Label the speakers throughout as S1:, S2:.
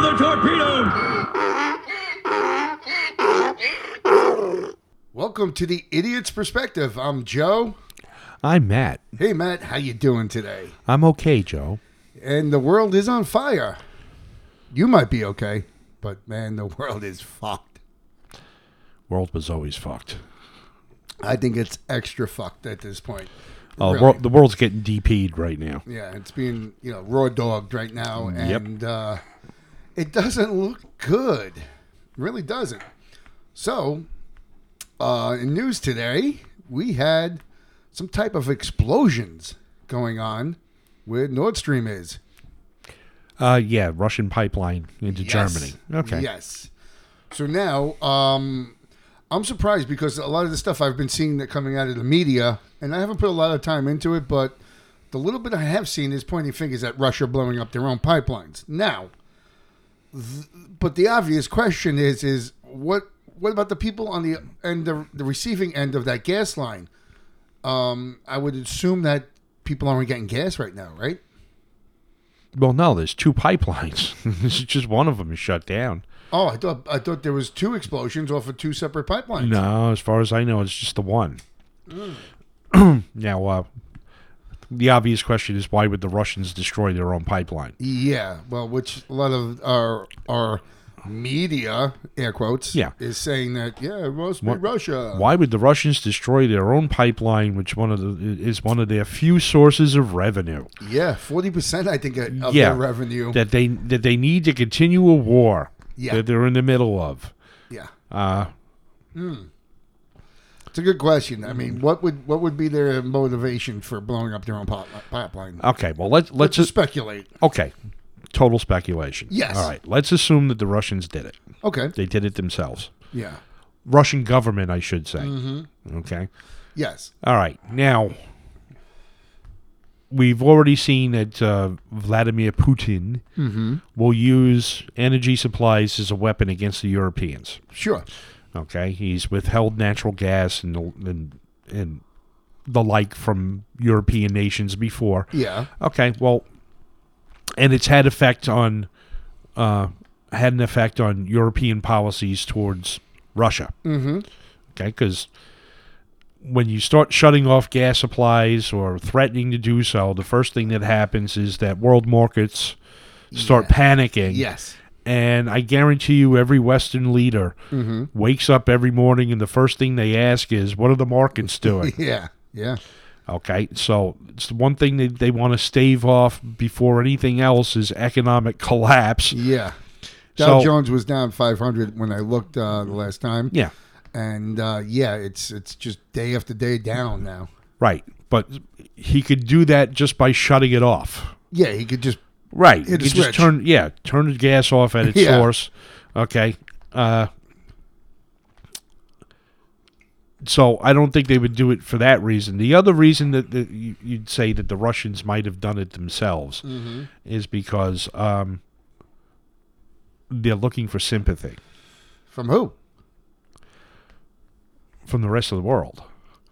S1: torpedoed!
S2: Welcome to the Idiot's Perspective. I'm Joe.
S3: I'm Matt.
S2: Hey Matt, how you doing today?
S3: I'm okay, Joe.
S2: And the world is on fire. You might be okay, but man, the world is fucked.
S3: World was always fucked.
S2: I think it's extra fucked at this point.
S3: Oh,
S2: Really.
S3: wor- the world's getting DP'd right now.
S2: Yeah, it's being you know raw dogged right now,
S3: Yep.
S2: and uh, it doesn't look good. really doesn't. So, uh, in news today, we had some type of explosions going on where Nord Stream is.
S3: Uh, yeah, Russian pipeline into Germany. Okay.
S2: Yes. So now, um, I'm surprised because a lot of the stuff I've been seeing that coming out of the media, and I haven't put a lot of time into it, but the little bit I have seen is pointing fingers at Russia blowing up their own pipelines. Now, th- but the obvious question is, is what what about the people on the end, of, the receiving end of that gas line? Um, I would assume that people aren't getting gas right now, right?
S3: Well, no, there's two pipelines. this is just one of them is shut down.
S2: Oh, I thought I thought there was two explosions off of two separate pipelines.
S3: No, as far as I know, it's just the one. now, uh, the obvious question is why would the Russians destroy their own pipeline?
S2: Yeah, well, which a lot of our our media air quotes
S3: Yeah.
S2: is saying that yeah, it must be
S3: What-
S2: Russia.
S3: Why would the Russians destroy their own pipeline, which one of the is one of their few sources of revenue?
S2: Yeah, forty percent I think of of
S3: Yeah.
S2: their revenue.
S3: that they that they need to continue a war
S2: Yeah.
S3: that they're in the middle of.
S2: yeah,
S3: Uh,
S2: it's a good question. I mean, what would what would be their motivation for blowing up their own pop- pipeline?
S3: okay, well Uh, let's let's
S2: Let's
S3: just
S2: just speculate.
S3: okay. Total speculation.
S2: Yes.
S3: All right. Let's assume that the Russians did it.
S2: Okay.
S3: They did it themselves.
S2: Yeah.
S3: Russian government, I should say.
S2: Mm-hmm.
S3: Okay.
S2: Yes.
S3: All right. Now, we've already seen that uh, Vladimir Putin will use energy supplies as a weapon against the Europeans.
S2: Sure.
S3: Okay, he's withheld natural gas and the, and and the like from European nations before.
S2: Yeah.
S3: Okay, well, and it's had effect on uh, had an effect on European policies towards Russia. Mm-hmm. Okay, because when you start shutting off gas supplies or threatening to do so, the first thing that happens is that world markets start panicking.
S2: Yes.
S3: And I guarantee you, every Western leader
S2: Mm-hmm.
S3: wakes up every morning, and the first thing they ask is, What are the markets doing?
S2: Yeah. Yeah.
S3: okay. So it's the one thing that they want to stave off before anything else is economic collapse.
S2: Yeah. Dow
S3: So-
S2: Jones was down 500 when I looked uh, the last time.
S3: Yeah.
S2: And uh, yeah, it's it's just day after day down now.
S3: Right. But he could do that just by shutting it off.
S2: Yeah, he could just
S3: Right.
S2: Hit a
S3: you
S2: switch.
S3: just turn yeah, turn the gas off at its
S2: Yeah.
S3: source. Okay. Uh so I don't think they would do it for that reason. The other reason that, that you- you'd say that the Russians might have done it themselves is because um, they're looking for sympathy
S2: from who?
S3: from the rest of the world.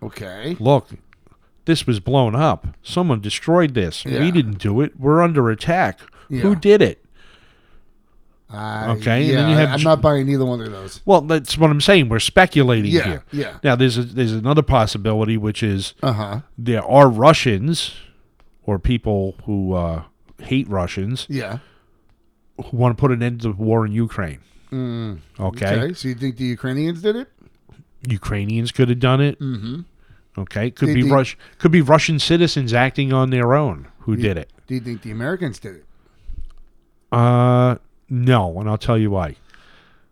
S2: Okay.
S3: Look, this was blown up. Someone destroyed this.
S2: Yeah.
S3: We didn't do it. We're under attack.
S2: Yeah.
S3: Who did it?
S2: I,
S3: Okay, and
S2: Yeah,
S3: then you have
S2: I'm
S3: J-
S2: not buying either one of those.
S3: Well, that's what I'm saying. We're speculating
S2: Yeah,
S3: here.
S2: yeah.
S3: Now there's a, there's another possibility, which is
S2: Uh huh.
S3: there are Russians or people who uh, hate Russians
S2: Yeah.
S3: who want to put an end to the war in Ukraine.
S2: Mm. Okay.
S3: okay.
S2: So you think the Ukrainians did it?
S3: Ukrainians could have done it. Mm-hmm. Okay, could
S2: They-
S3: be
S2: they-
S3: Rus- could be Russian citizens acting on their own who did it.
S2: Do you think the Americans did it?
S3: Uh, no, and I'll tell you why.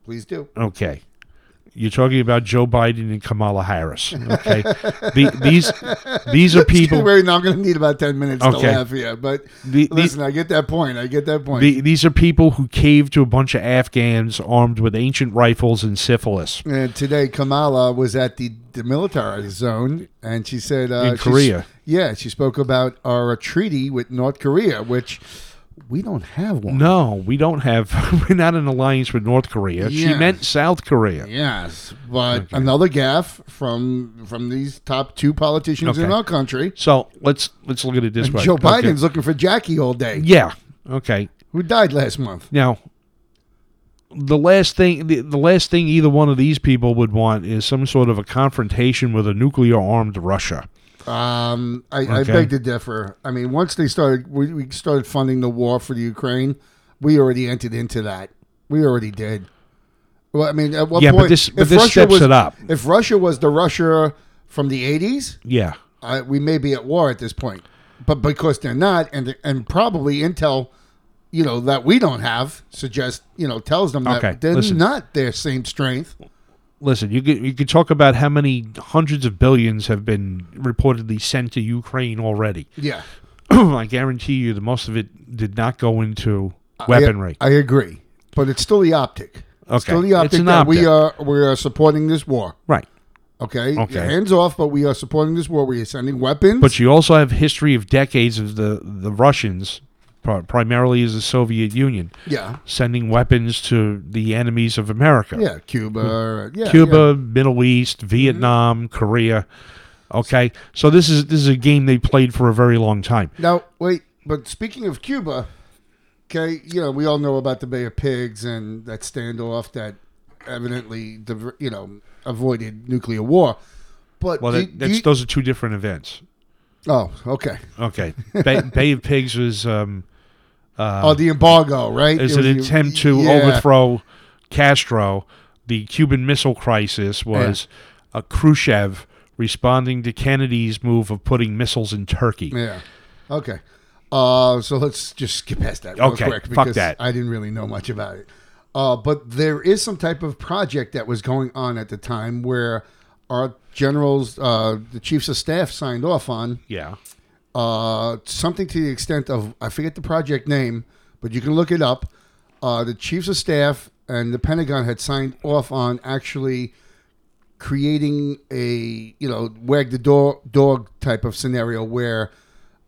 S2: Please do.
S3: Okay. You're talking about Joe Biden and Kamala Harris. Okay, the, these these are people.
S2: Wait, now I'm going to need about ten minutes to
S3: Okay.
S2: laugh here, but
S3: The- the-
S2: listen, I get that point. I get that point.
S3: The, these are people who caved to a bunch of Afghans armed with ancient rifles and syphilis.
S2: And uh, today, Kamala was at the, the military zone, and she said, uh,
S3: In
S2: she's-
S3: Korea.
S2: Yeah, she spoke about our treaty with North Korea, which we don't have one.
S3: No, we don't have. We're not in alliance with North Korea. She
S2: Yeah.
S3: meant South Korea.
S2: Yes, but another gaffe from from these top two politicians in
S3: Okay.
S2: our country.
S3: So let's let's look at it this way.
S2: Joe
S3: Okay.
S2: Biden's looking for Jackie all day,
S3: Yeah. Okay.
S2: who died last month.
S3: Now, the last thing the, the last thing either one of these people would want is some sort of a confrontation with a nuclear armed Russia.
S2: Um, I, I
S3: Okay.
S2: beg to differ. I mean, once they started, we, we started funding the war for the Ukraine. We already entered into that. We already did. Well, I mean, at what
S3: Yeah, but
S2: point?
S3: this- but
S2: if
S3: this
S2: Russia
S3: steps
S2: was,
S3: it up.
S2: If Russia was the Russia from the '80s,
S3: Yeah.
S2: I, we may be at war at this point. But because they're not, and and probably intel, you know, that we don't have suggests, you know, tells them that
S3: Okay,
S2: they're
S3: listen.
S2: not their same strength.
S3: Listen, you could you could talk about how many hundreds of billions have been reportedly sent to Ukraine already.
S2: Yeah,
S3: I guarantee you, the most of it did not go into weaponry.
S2: I, I agree, but it's still the optic. It's
S3: Okay.
S2: still the
S3: It's
S2: optic
S3: an
S2: that we
S3: optic.
S2: are we are supporting this war.
S3: right.
S2: Okay,
S3: Okay.
S2: hands off, but we are supporting this war. We are sending weapons.
S3: But you also have history of decades of the the Russians, pri- primarily as the Soviet Union,
S2: yeah,
S3: sending weapons to the enemies of America.
S2: yeah, Cuba, yeah,
S3: Hmm.
S2: Mm-hmm.
S3: Cuba, Middle East, Vietnam, Korea. Okay, so this is this is a game they played for a very long time.
S2: yeah. Now wait, but speaking of Cuba, okay, you know we all know about the Bay of Pigs and that standoff that evidently, diver- you know, avoided nuclear war. But
S3: Well,
S2: do-
S3: that,
S2: do
S3: that's
S2: you-
S3: those are two different events.
S2: oh, okay.
S3: Okay, Bay, Bay of Pigs was um,
S2: oh, the embargo, right?
S3: is
S2: It
S3: an
S2: was the-
S3: attempt to
S2: yeah.
S3: overthrow Castro. The Cuban Missile Crisis was a Khrushchev responding to Kennedy's move of putting missiles in Turkey.
S2: Yeah. Okay. Uh, so let's just skip past that real
S3: Okay,
S2: quick
S3: fuck
S2: because
S3: that.
S2: I didn't really know much about it. Uh, but there is some type of project that was going on at the time where our generals, uh, the chiefs of staff, signed off on
S3: Yeah.
S2: uh, something to the extent of I forget the project name, but you can look it up. Uh, the chiefs of staff and the Pentagon had signed off on actually creating a you know wag the dog dog type of scenario where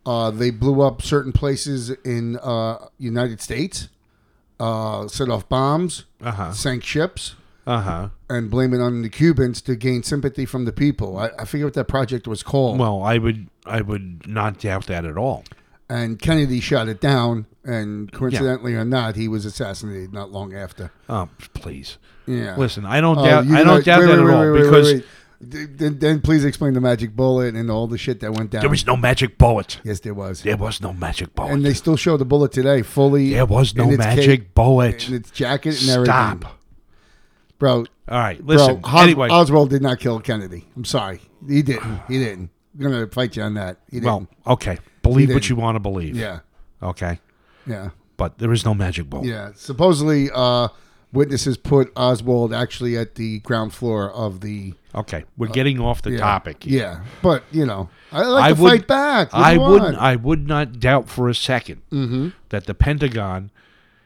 S2: uh, they blew up certain places in uh, United States, uh, set off bombs,
S3: Uh huh.
S2: sank ships,
S3: Uh huh.
S2: and blame it on the Cubans to gain sympathy from the people. I, I forget what that project was called.
S3: Well, I would I would not doubt that at all.
S2: and Kennedy shot it down. And coincidentally or not, he was assassinated not long after.
S3: Oh, please.
S2: Yeah.
S3: Listen, I don't
S2: Oh,
S3: doubt
S2: you
S3: I
S2: know-
S3: don't doubt
S2: wait,
S3: that
S2: wait,
S3: at
S2: wait,
S3: all
S2: wait, wait,
S3: because
S2: wait. Th- Then, then please explain the magic bullet and all the shit that went down.
S3: there was no magic bullet.
S2: yes, there was.
S3: There was no magic bullet.
S2: And they still show the bullet today, fully.
S3: there was no
S2: in its
S3: magic
S2: cape,
S3: bullet.
S2: in its jacket and
S3: Stop.
S2: everything. Bro,
S3: All right, listen.
S2: bro. Hos-
S3: anyway,
S2: Oswald did not kill Kennedy. I'm sorry, he didn't. He didn't. I'm gonna fight you on that. He didn't.
S3: well, okay. Believe what
S2: didn't.
S3: you want to believe.
S2: yeah,
S3: Okay.
S2: yeah.
S3: But there is no magic bullet.
S2: Yeah, supposedly uh, witnesses put Oswald actually at the ground floor of the
S3: Okay, we're getting off the
S2: Uh, yeah,
S3: topic. here.
S2: Yeah, but you know, I like
S3: I
S2: to
S3: would-
S2: fight back. What do
S3: I
S2: you
S3: would
S2: want?
S3: I would not doubt for a 2nd that the Pentagon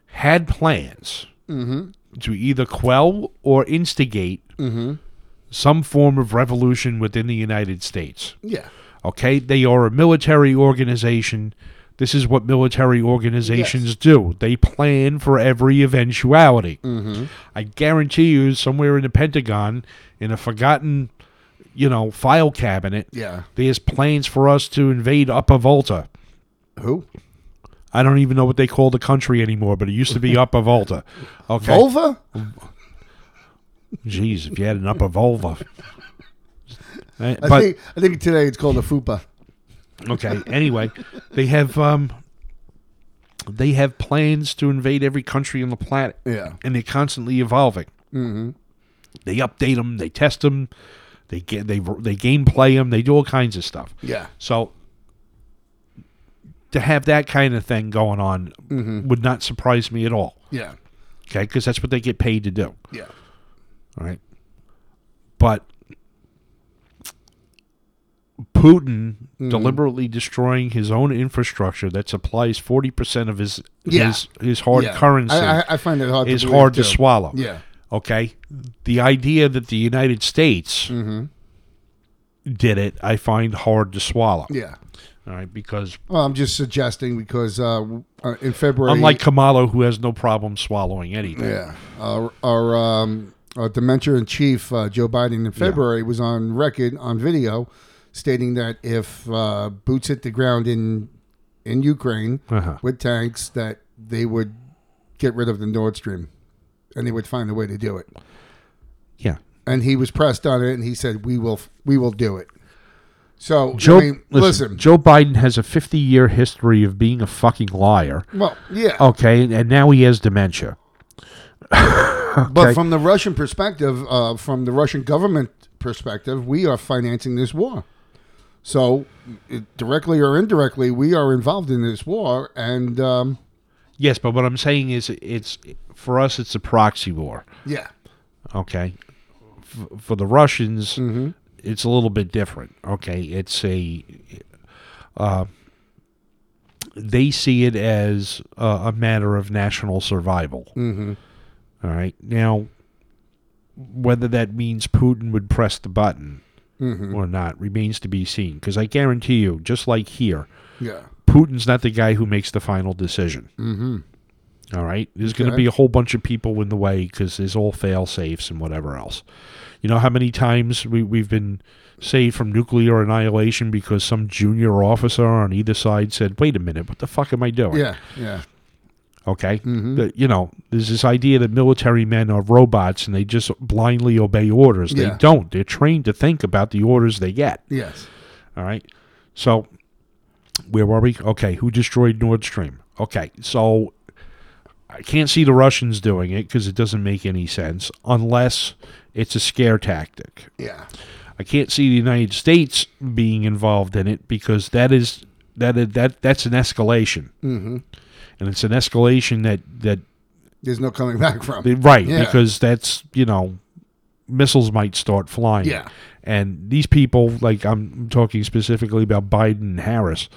S3: had plans to either quell or instigate some form of revolution within the United States.
S2: Yeah,
S3: Okay, they are a military organization. This is what military organizations do. They plan for every eventuality. I guarantee you, somewhere in the Pentagon, in a forgotten, you know, file cabinet,
S2: yeah.
S3: there's plans for us to invade Upper Volta.
S2: Who?
S3: I don't even know what they call the country anymore, but it used to be Upper Volta. Okay.
S2: Volva?
S3: Jeez, if you had an Upper Volva. Eh,
S2: I
S3: but
S2: think I think today it's called a fupa.
S3: okay, anyway, they have um they have plans to invade every country on the planet.
S2: Yeah.
S3: And they're constantly evolving. Mm-hmm. They update them, they test them, they get they they game play them, they do all kinds of stuff.
S2: Yeah,
S3: So to have that kind of thing going on
S2: Mm-hmm.
S3: would not surprise me at all.
S2: yeah,
S3: Okay, because that's what they get paid to do.
S2: yeah.
S3: All right, but Putin
S2: Mm-hmm.
S3: deliberately destroying his own infrastructure that supplies forty percent of his
S2: Yeah.
S3: his his hard
S2: yeah.
S3: currency
S2: I, I, I find it hard.
S3: is
S2: to believe,
S3: hard to
S2: too.
S3: swallow.
S2: Yeah,
S3: Okay, the idea that the United States
S2: Mm-hmm.
S3: did it, I find hard to swallow.
S2: yeah.
S3: All right, because
S2: Well, I'm just suggesting because uh, w- uh, in February,
S3: Unlike Kamalo, who has no problem swallowing anything.
S2: Yeah. Our, our, um, our dementia in chief, uh, Joe Biden, in February was on record on video stating that if uh, boots hit the ground in in Ukraine
S3: Uh-huh.
S2: with tanks, that they would get rid of the Nord Stream and they would find a way to do it.
S3: Yeah.
S2: And he was pressed on it, and he said, "We will, we will do it." So
S3: Joe,
S2: I mean,
S3: listen,
S2: listen,
S3: Joe Biden has a 50 year history of being a fucking liar.
S2: Well, yeah,
S3: Okay, and now he has dementia.
S2: but from the Russian perspective, uh, from the Russian government perspective, we are financing this war. So, it- directly or indirectly, we are involved in this war, and um,
S3: Yes, but what I'm saying is, it's for us, it's a proxy war.
S2: yeah,
S3: Okay, F- for the Russians, it's a little bit different. Okay, it's a uh, they see it as a, a matter of national survival.
S2: Mhm.
S3: All right, now whether that means Putin would press the button
S2: Mm-hmm. Mm.
S3: or not remains to be seen. Because I guarantee you, just like here,
S2: yeah,
S3: Putin's not the guy who makes the final decision. Mm-hmm. right. There's going to
S2: Okay.
S3: be a whole bunch of people in the way because there's all fail safes and whatever else. You know how many times we, we've been saved from nuclear annihilation because some junior officer on either side said, wait a minute, what the fuck am I doing?
S2: yeah, yeah, Mm-hmm.
S3: Okay. That, you know, there's this idea that military men are robots and they just blindly obey orders. They
S2: Yeah.
S3: don't. They're trained to think about the orders they get.
S2: yes,
S3: All right. So where were we? Okay, who destroyed Nord Stream? Okay, so I can't see the Russians doing it because it doesn't make any sense unless it's a scare tactic.
S2: yeah,
S3: I can't see the United States being involved in it because that is that is- that that's an escalation,
S2: hmm
S3: and it's an escalation that that
S2: There's no coming back from. it.
S3: right
S2: Yeah.
S3: because that's you know missiles might start flying.
S2: Yeah,
S3: And these people, like I'm talking specifically about Biden and Harris,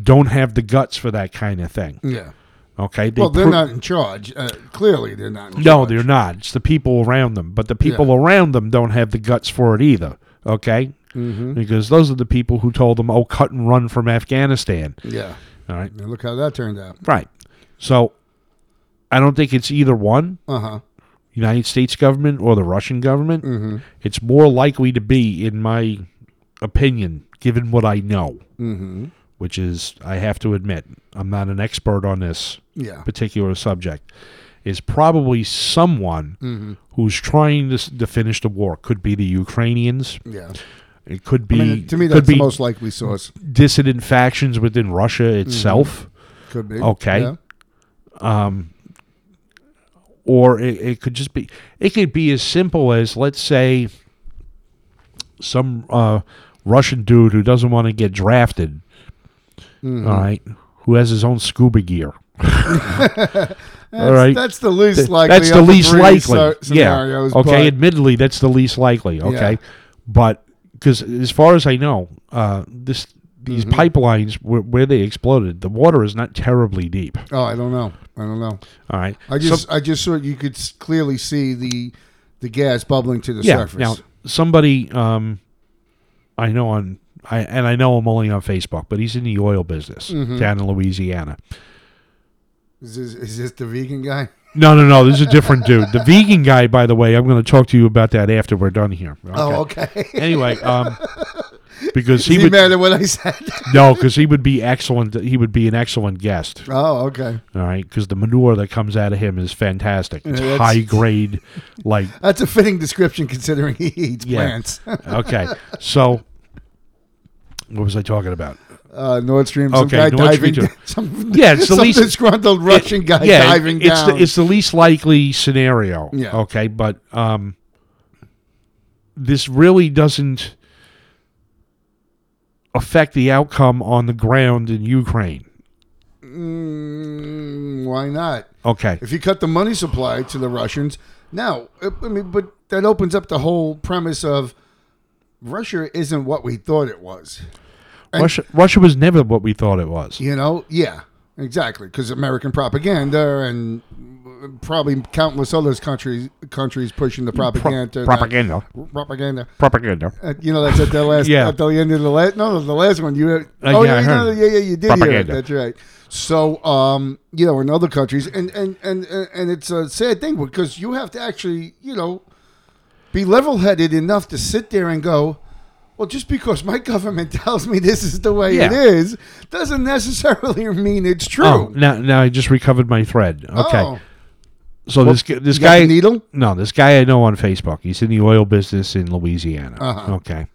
S3: don't have the guts for that kind of thing.
S2: yeah.
S3: Okay. They
S2: well, they're
S3: pro-
S2: not in charge. Uh, clearly, they're not. In
S3: No,
S2: charge.
S3: they're not. It's the people around them, but the people
S2: Yeah.
S3: around them don't have the guts for it either. Okay.
S2: Mhm.
S3: Because those are the people who told them, "Oh, cut and run from Afghanistan."
S2: Yeah,
S3: All right.
S2: and look how that turned out.
S3: Right. So, I don't think it's either one,
S2: Uh huh.
S3: United States government or the Russian government.
S2: Mm-hmm.
S3: It's more likely to be, in my opinion, given what I know.
S2: Mm-hmm.
S3: which is I have to admit, I'm not an expert on this
S2: Yeah.
S3: particular subject, is probably someone
S2: Mm-hmm.
S3: who's trying to, s- to finish the war. Could be the Ukrainians.
S2: Yeah.
S3: It could
S2: I
S3: be
S2: mean, to me,
S3: could
S2: that's the
S3: be
S2: most likely source.
S3: dissident factions within Russia
S2: Mm-hmm.
S3: itself,
S2: Could be.
S3: Okay.
S2: Yeah.
S3: or it, it could just be it could be as simple as let's say some uh, Russian dude who doesn't want to get drafted,
S2: Mhm.
S3: all right, who has his own scuba gear.
S2: That's,
S3: all right.
S2: that's the least
S3: Th-
S2: likely.
S3: That's
S2: of
S3: the least
S2: three
S3: likely.
S2: sce- Scenarios,
S3: yeah. Okay.
S2: but-
S3: Admittedly, that's the least likely. Okay.
S2: Yeah.
S3: But because as far as I know, uh, this these
S2: Mm-hmm.
S3: pipelines where, where they exploded, the water is not terribly deep.
S2: oh, I don't know. I don't know.
S3: All right.
S2: I just, I just saw you could s- clearly see the, the gas bubbling to the
S3: yeah.
S2: surface.
S3: Now somebody um, I know on I and I know I'm only on Facebook, but he's in the oil business
S2: Mm-hmm.
S3: down in Louisiana.
S2: is, this, is this the vegan guy?
S3: No, no, no. This is a different dude. The vegan guy, by the way, I'm going to talk to you about that after we're done here.
S2: Oh, okay.
S3: Anyway, um, because
S2: Is
S3: he
S2: he
S3: would,
S2: mad at what I said?
S3: No, because he would be excellent. He would be an excellent guest.
S2: oh, okay.
S3: All right, because the manure that comes out of him is fantastic. It's
S2: Yeah, that's-
S3: high grade, like
S2: That's a fitting description considering he eats
S3: Yeah.
S2: plants.
S3: okay. So, what was I talking about?
S2: Uh, Nord Stream, some
S3: Okay,
S2: guy
S3: Nord Stream
S2: diving.
S3: too.
S2: Some,
S3: Yeah, it's the
S2: some
S3: least-
S2: disgruntled Russian guy
S3: yeah,
S2: diving
S3: it's
S2: down.
S3: The, it's the least likely scenario.
S2: Yeah.
S3: Okay, but um, this really doesn't affect the outcome on the ground in Ukraine.
S2: Mm, why not?
S3: Okay.
S2: If you cut the money supply to the Russians, now I I mean, but that opens up the whole premise of Russia isn't what we thought it was. and-
S3: Russia, Russia was never what we thought it was.
S2: You know? Yeah, exactly. Because American propaganda and probably countless other countries countries pushing the
S3: Pro-
S2: propaganda.
S3: propaganda.
S2: that- propaganda.
S3: Propaganda.
S2: Uh, you know, that's at the last,
S3: Yeah.
S2: at the end of the last, no, the last one. You,
S3: Uh,
S2: oh
S3: yeah, I
S2: yeah, no,
S3: heard.
S2: yeah, yeah, you did hear it.
S3: Propaganda.
S2: That's right. So, um, you know, in other countries, and and and and it's a sad thing because you have to actually, you know, be level-headed enough to sit there and go. Well, just because my government tells me this is the way it
S3: Yeah.
S2: is, doesn't necessarily mean it's true.
S3: Oh, now, now I just recovered my thread. Okay.
S2: Oh,
S3: So this this this
S2: You got the
S3: guy
S2: needle.
S3: no, this guy I know on Facebook. He's in the oil business in Louisiana.
S2: Uh-huh.
S3: Okay.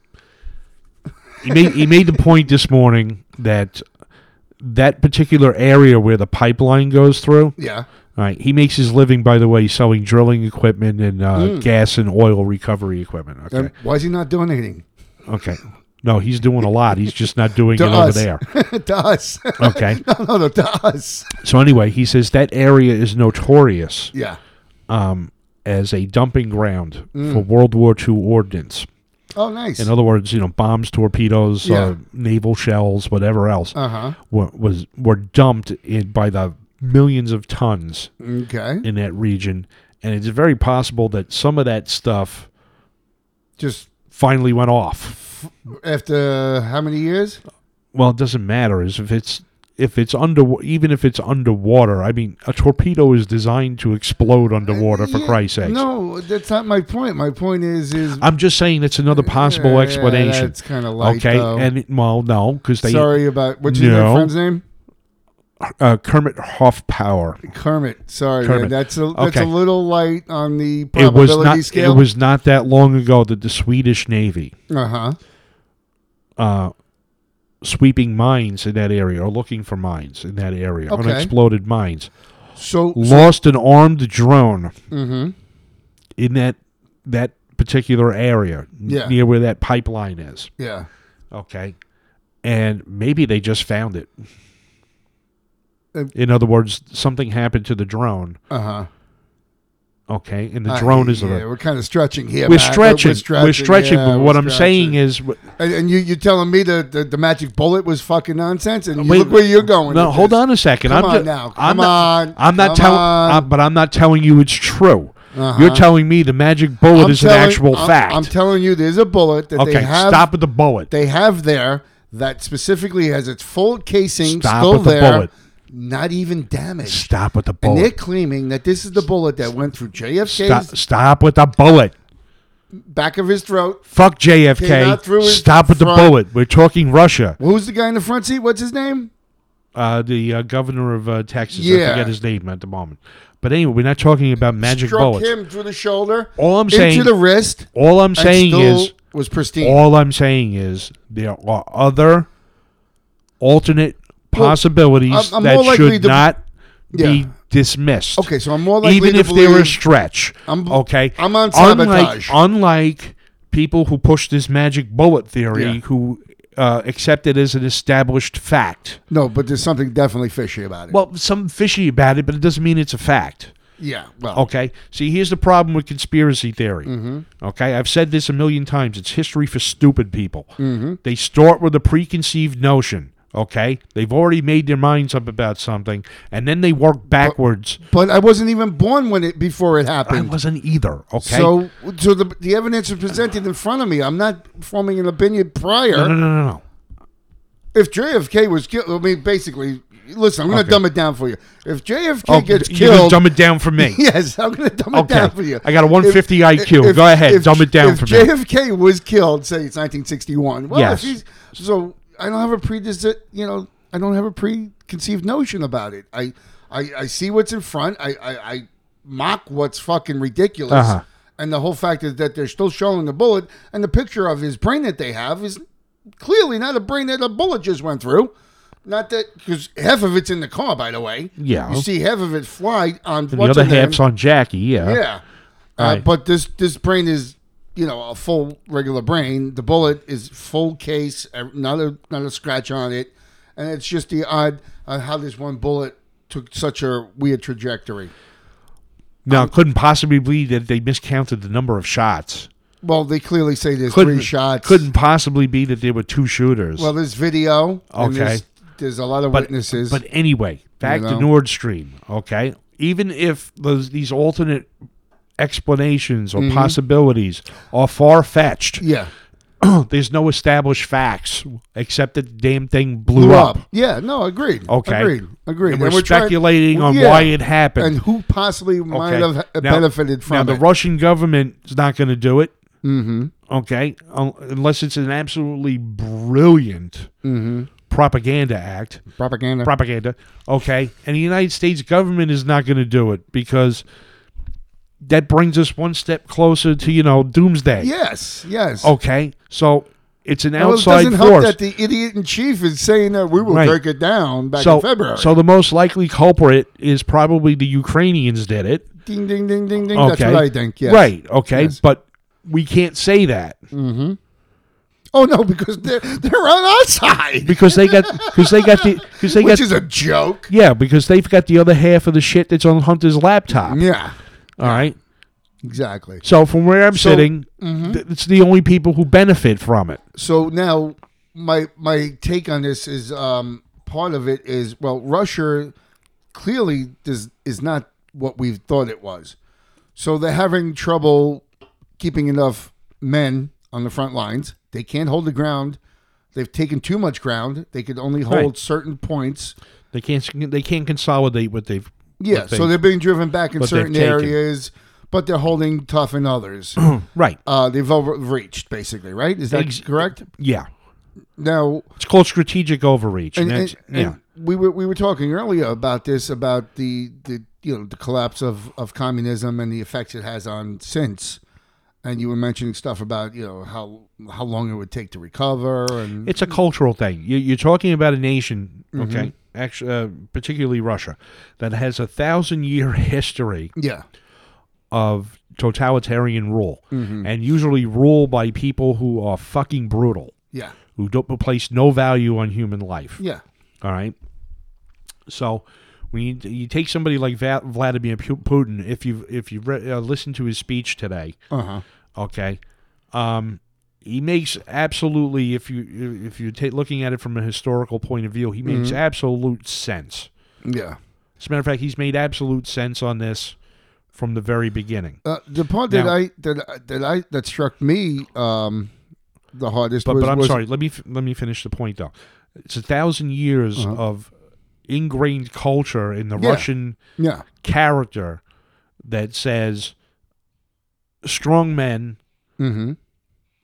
S3: He made he made the point this morning that that particular area where the pipeline goes through.
S2: Yeah.
S3: All right, he makes his living by the way selling drilling equipment and uh,
S2: Hmm.
S3: gas and oil recovery equipment. Okay.
S2: Then Why is he not doing anything
S3: Okay. No, he's doing a lot. He's just not doing it
S2: to
S3: over
S2: us?
S3: there.
S2: to us.
S3: Okay.
S2: no, no, no, to us.
S3: So anyway, he says that area is notorious
S2: Yeah.
S3: um, as a dumping ground
S2: Hmm.
S3: for World War II ordnance.
S2: Oh, nice.
S3: In other words, you know, bombs, torpedoes,
S2: Yeah.
S3: uh, naval shells, whatever else
S2: Uh huh.
S3: were, was were dumped in by the millions of tons
S2: Okay.
S3: in that region, and it's very possible that some of that stuff
S2: Just
S3: finally went off.
S2: after how many years?
S3: Well, it doesn't matter is if it's if it's under even if it's underwater. I mean, a torpedo is designed to explode underwater for
S2: Yeah,
S3: Christ's sake.
S2: No, that's not my point. My point is, is
S3: I'm just saying it's another possible explanation.
S2: It's kind of like
S3: okay, and well, no, because they
S2: sorry about what's your
S3: No.
S2: friend's name?
S3: uh, Kermit Hoffpower.
S2: Kermit. Sorry,
S3: Kermit.
S2: Man. that's a that's
S3: Okay.
S2: a little light on the
S3: It
S2: probability
S3: was not.
S2: scale.
S3: It was not that long ago that the Swedish Navy,
S2: uh huh.
S3: uh, sweeping mines in that area or looking for mines in that area,
S2: Okay.
S3: unexploded mines,
S2: So,
S3: lost an armed drone
S2: hmm
S3: in that that particular area n-
S2: Yeah.
S3: near where that pipeline is.
S2: yeah,
S3: Okay, and maybe they just found it.
S2: Uh,
S3: In other words, something happened to the drone.
S2: uh huh.
S3: Okay, and the drone is
S2: yeah,
S3: the.
S2: we're kind of stretching here.
S3: We're
S2: Matt.
S3: stretching.
S2: We're stretching. yeah,
S3: but what
S2: we're
S3: I'm saying
S2: stretching.
S3: is, w-
S2: and, and you you telling me the, the the magic bullet was fucking nonsense, and you
S3: Uh, Wait,
S2: look where you're going.
S3: No,
S2: with
S3: hold
S2: this.
S3: on a second.
S2: Come
S3: I'm
S2: on
S3: ju-
S2: now. Come
S3: I'm not,
S2: on.
S3: I'm not
S2: Come
S3: telling,
S2: on.
S3: but I'm not telling you it's true.
S2: Uh-huh.
S3: You're telling me the magic bullet is an actual
S2: I'm-
S3: fact.
S2: I'm telling you, there's a bullet that
S3: okay,
S2: they have.
S3: stop with the bullet.
S2: They have there that specifically has its full casing
S3: Stop
S2: still
S3: with the
S2: there,
S3: bullet.
S2: not even damaged.
S3: stop with the
S2: And they're
S3: bullet.
S2: claiming that this is the bullet that went through
S3: Stop,
S2: JFK's
S3: stop with the bullet.
S2: back of his throat.
S3: Fuck
S2: Came out through
S3: JFK.
S2: his
S3: Stop with
S2: front.
S3: the bullet. We're talking Russia.
S2: Who's the guy in the front seat? What's his name?
S3: Uh, the uh, governor of uh, Texas. I
S2: Yeah.
S3: forget his name at the moment. But anyway, we're not talking about magic
S2: Struck
S3: bullets.
S2: him through the shoulder,
S3: All I'm
S2: into
S3: saying.
S2: the wrist.
S3: all I'm
S2: and
S3: saying
S2: still
S3: is.
S2: was pristine.
S3: All I'm saying is there are other alternate possibilities
S2: I'm- I'm more
S3: that
S2: likely
S3: should
S2: to-
S3: not
S2: Yeah.
S3: be dismissed.
S2: okay, so I'm more likely
S3: even
S2: to
S3: if
S2: believe
S3: they were a stretch.
S2: I'm-
S3: okay,
S2: I'm on
S3: unlike
S2: sabotage.
S3: unlike people who push this magic bullet theory,
S2: Yeah.
S3: who uh, accept it as an established fact.
S2: no, but there's something definitely fishy about it.
S3: Well, some fishy about it, but it doesn't mean it's a fact.
S2: yeah, well,
S3: Okay. See, here's the problem with conspiracy theory.
S2: Mm-hmm.
S3: Okay. I've said this a million times. It's history for stupid people.
S2: Mm-hmm.
S3: They start with a preconceived notion. Okay. They've already made their minds up about something, and then they work backwards.
S2: but I wasn't even born when it before it
S3: I
S2: happened.
S3: wasn't either. Okay.
S2: So, so the the evidence is presented in front of me. I'm not forming an opinion prior.
S3: no, no, no, no, no.
S2: If JFK was killed, I mean, basically, listen, I'm going to
S3: Okay.
S2: dumb it down for you. If JFK
S3: Oh,
S2: gets
S3: you just
S2: killed,
S3: dumb it down for me.
S2: yes, I'm going to dumb it
S3: Okay.
S2: down for you.
S3: I got a 150 IQ. Go ahead, dumb it down
S2: if
S3: for me.
S2: JFK was killed, say it's 1961. Well,
S3: Yes.
S2: if he's, so I don't have a predis, you know, I don't have a preconceived notion about it. I, I, I see what's in front. I, I, I mock what's fucking ridiculous.
S3: Uh-huh.
S2: And the whole fact is that they're still showing the bullet, and the picture of his brain that they have is clearly not a brain that a bullet just went through. Not that because half of it's in the car, by the way.
S3: Yeah.
S2: you see half of it fly on
S3: The other half's on Jackie. Yeah.
S2: yeah. Uh,
S3: Right.
S2: But this this brain is, you know, a full regular brain. The bullet is full case, uh, not a not a scratch on it, and it's just the odd on how this one bullet took such a weird trajectory.
S3: Now, it couldn't possibly be that they miscounted the number of shots.
S2: Well, they clearly say there's
S3: Couldn't
S2: three shots.
S3: Couldn't possibly be that there were two shooters.
S2: Well, there's video. and
S3: Okay.
S2: there's, there's a lot of witnesses.
S3: But anyway, back
S2: know?
S3: to Nord Stream. Okay, even if those these alternate explanations or
S2: Mm-hmm.
S3: possibilities are far fetched,
S2: yeah. Mm.
S3: there's no established facts except that the damn thing blew,
S2: Blew
S3: up.
S2: up. Yeah. No. Agreed.
S3: Okay.
S2: Agreed. Agreed.
S3: And we're,
S2: trying-
S3: speculating on
S2: yeah,
S3: why it happened.
S2: and who possibly might
S3: Okay.
S2: have
S3: Now-
S2: benefited from
S3: now the
S2: it.
S3: Russian government is not going to do it. Mm-hmm. Okay, Un- unless it's an absolutely brilliant
S2: Mm-hmm.
S3: propaganda act.
S2: propaganda.
S3: propaganda. Okay, and the United States government is not going to do it because that brings us one step closer to you know doomsday.
S2: Yes, yes.
S3: Okay, so it's an
S2: Well, it
S3: outside
S2: doesn't help
S3: force.
S2: that the idiot in chief is saying that we will
S3: Right.
S2: take it down back
S3: so,
S2: in February.
S3: so the most likely culprit is probably the Ukrainians did it.
S2: ding, ding, ding, ding, ding. That's
S3: Okay.
S2: what I think. Yes.
S3: Right. Okay.
S2: Yes.
S3: But we can't say that
S2: Oh no, because they're they're on our side,
S3: because they got because they got the because they
S2: which
S3: got
S2: is a joke.
S3: yeah because they've got the other half of the shit that's on Hunter's laptop.
S2: Yeah,
S3: All right.
S2: exactly.
S3: So mm-hmm. from where I'm
S2: So-
S3: sitting, th- it's the only people who benefit from it.
S2: So now my my take on this is um, part of it is well, Russia clearly does is not what we thought it was. So they're having trouble keeping enough men on the front lines. They can't hold the ground. They've taken too much ground. They could only hold
S3: Right.
S2: certain points.
S3: They can't they can't consolidate what they've
S2: Yeah,
S3: what they-
S2: so they're being driven back in
S3: what they've
S2: certain
S3: taken.
S2: areas, but they're holding tough in others.
S3: right.
S2: uh, they've overreached, basically, right? Is that
S3: Ex-
S2: correct?
S3: Yeah.
S2: Now,
S3: It's called strategic overreach.
S2: and,
S3: And, that's,
S2: and-
S3: yeah.
S2: and we were we were talking earlier about this about the, the you know the collapse of, of communism and the effects it has on since, and you were mentioning stuff about you know how how long it would take to recover and
S3: it's a cultural thing. You, you're talking about a nation,
S2: Mm-hmm.
S3: okay, actually, uh, particularly Russia, that has a thousand year history
S2: yeah
S3: of totalitarian rule,
S2: Mm-hmm.
S3: and usually rule by people who are fucking brutal,
S2: yeah
S3: who don't who place no value on human life.
S2: yeah
S3: All right. So when you, you take somebody like Va- Vladimir Pu- Putin, if you if you re- uh, listened to his speech today,
S2: uh huh
S3: okay, um, he makes absolutely if you if you're ta- looking at it from a historical point of view, he makes
S2: Mm-hmm.
S3: absolute sense.
S2: yeah.
S3: As a matter of fact, he's made absolute sense on this from the very beginning.
S2: Uh, the part that
S3: Now-
S2: I that I- that I that struck me um, the hardest
S3: But
S2: was
S3: but I'm
S2: was-
S3: sorry. Let me f- let me finish the point though. It's a thousand years of ingrained culture in the
S2: Uh-huh. Yeah.
S3: Russian
S2: yeah
S3: character that says strong men
S2: mm-hmm.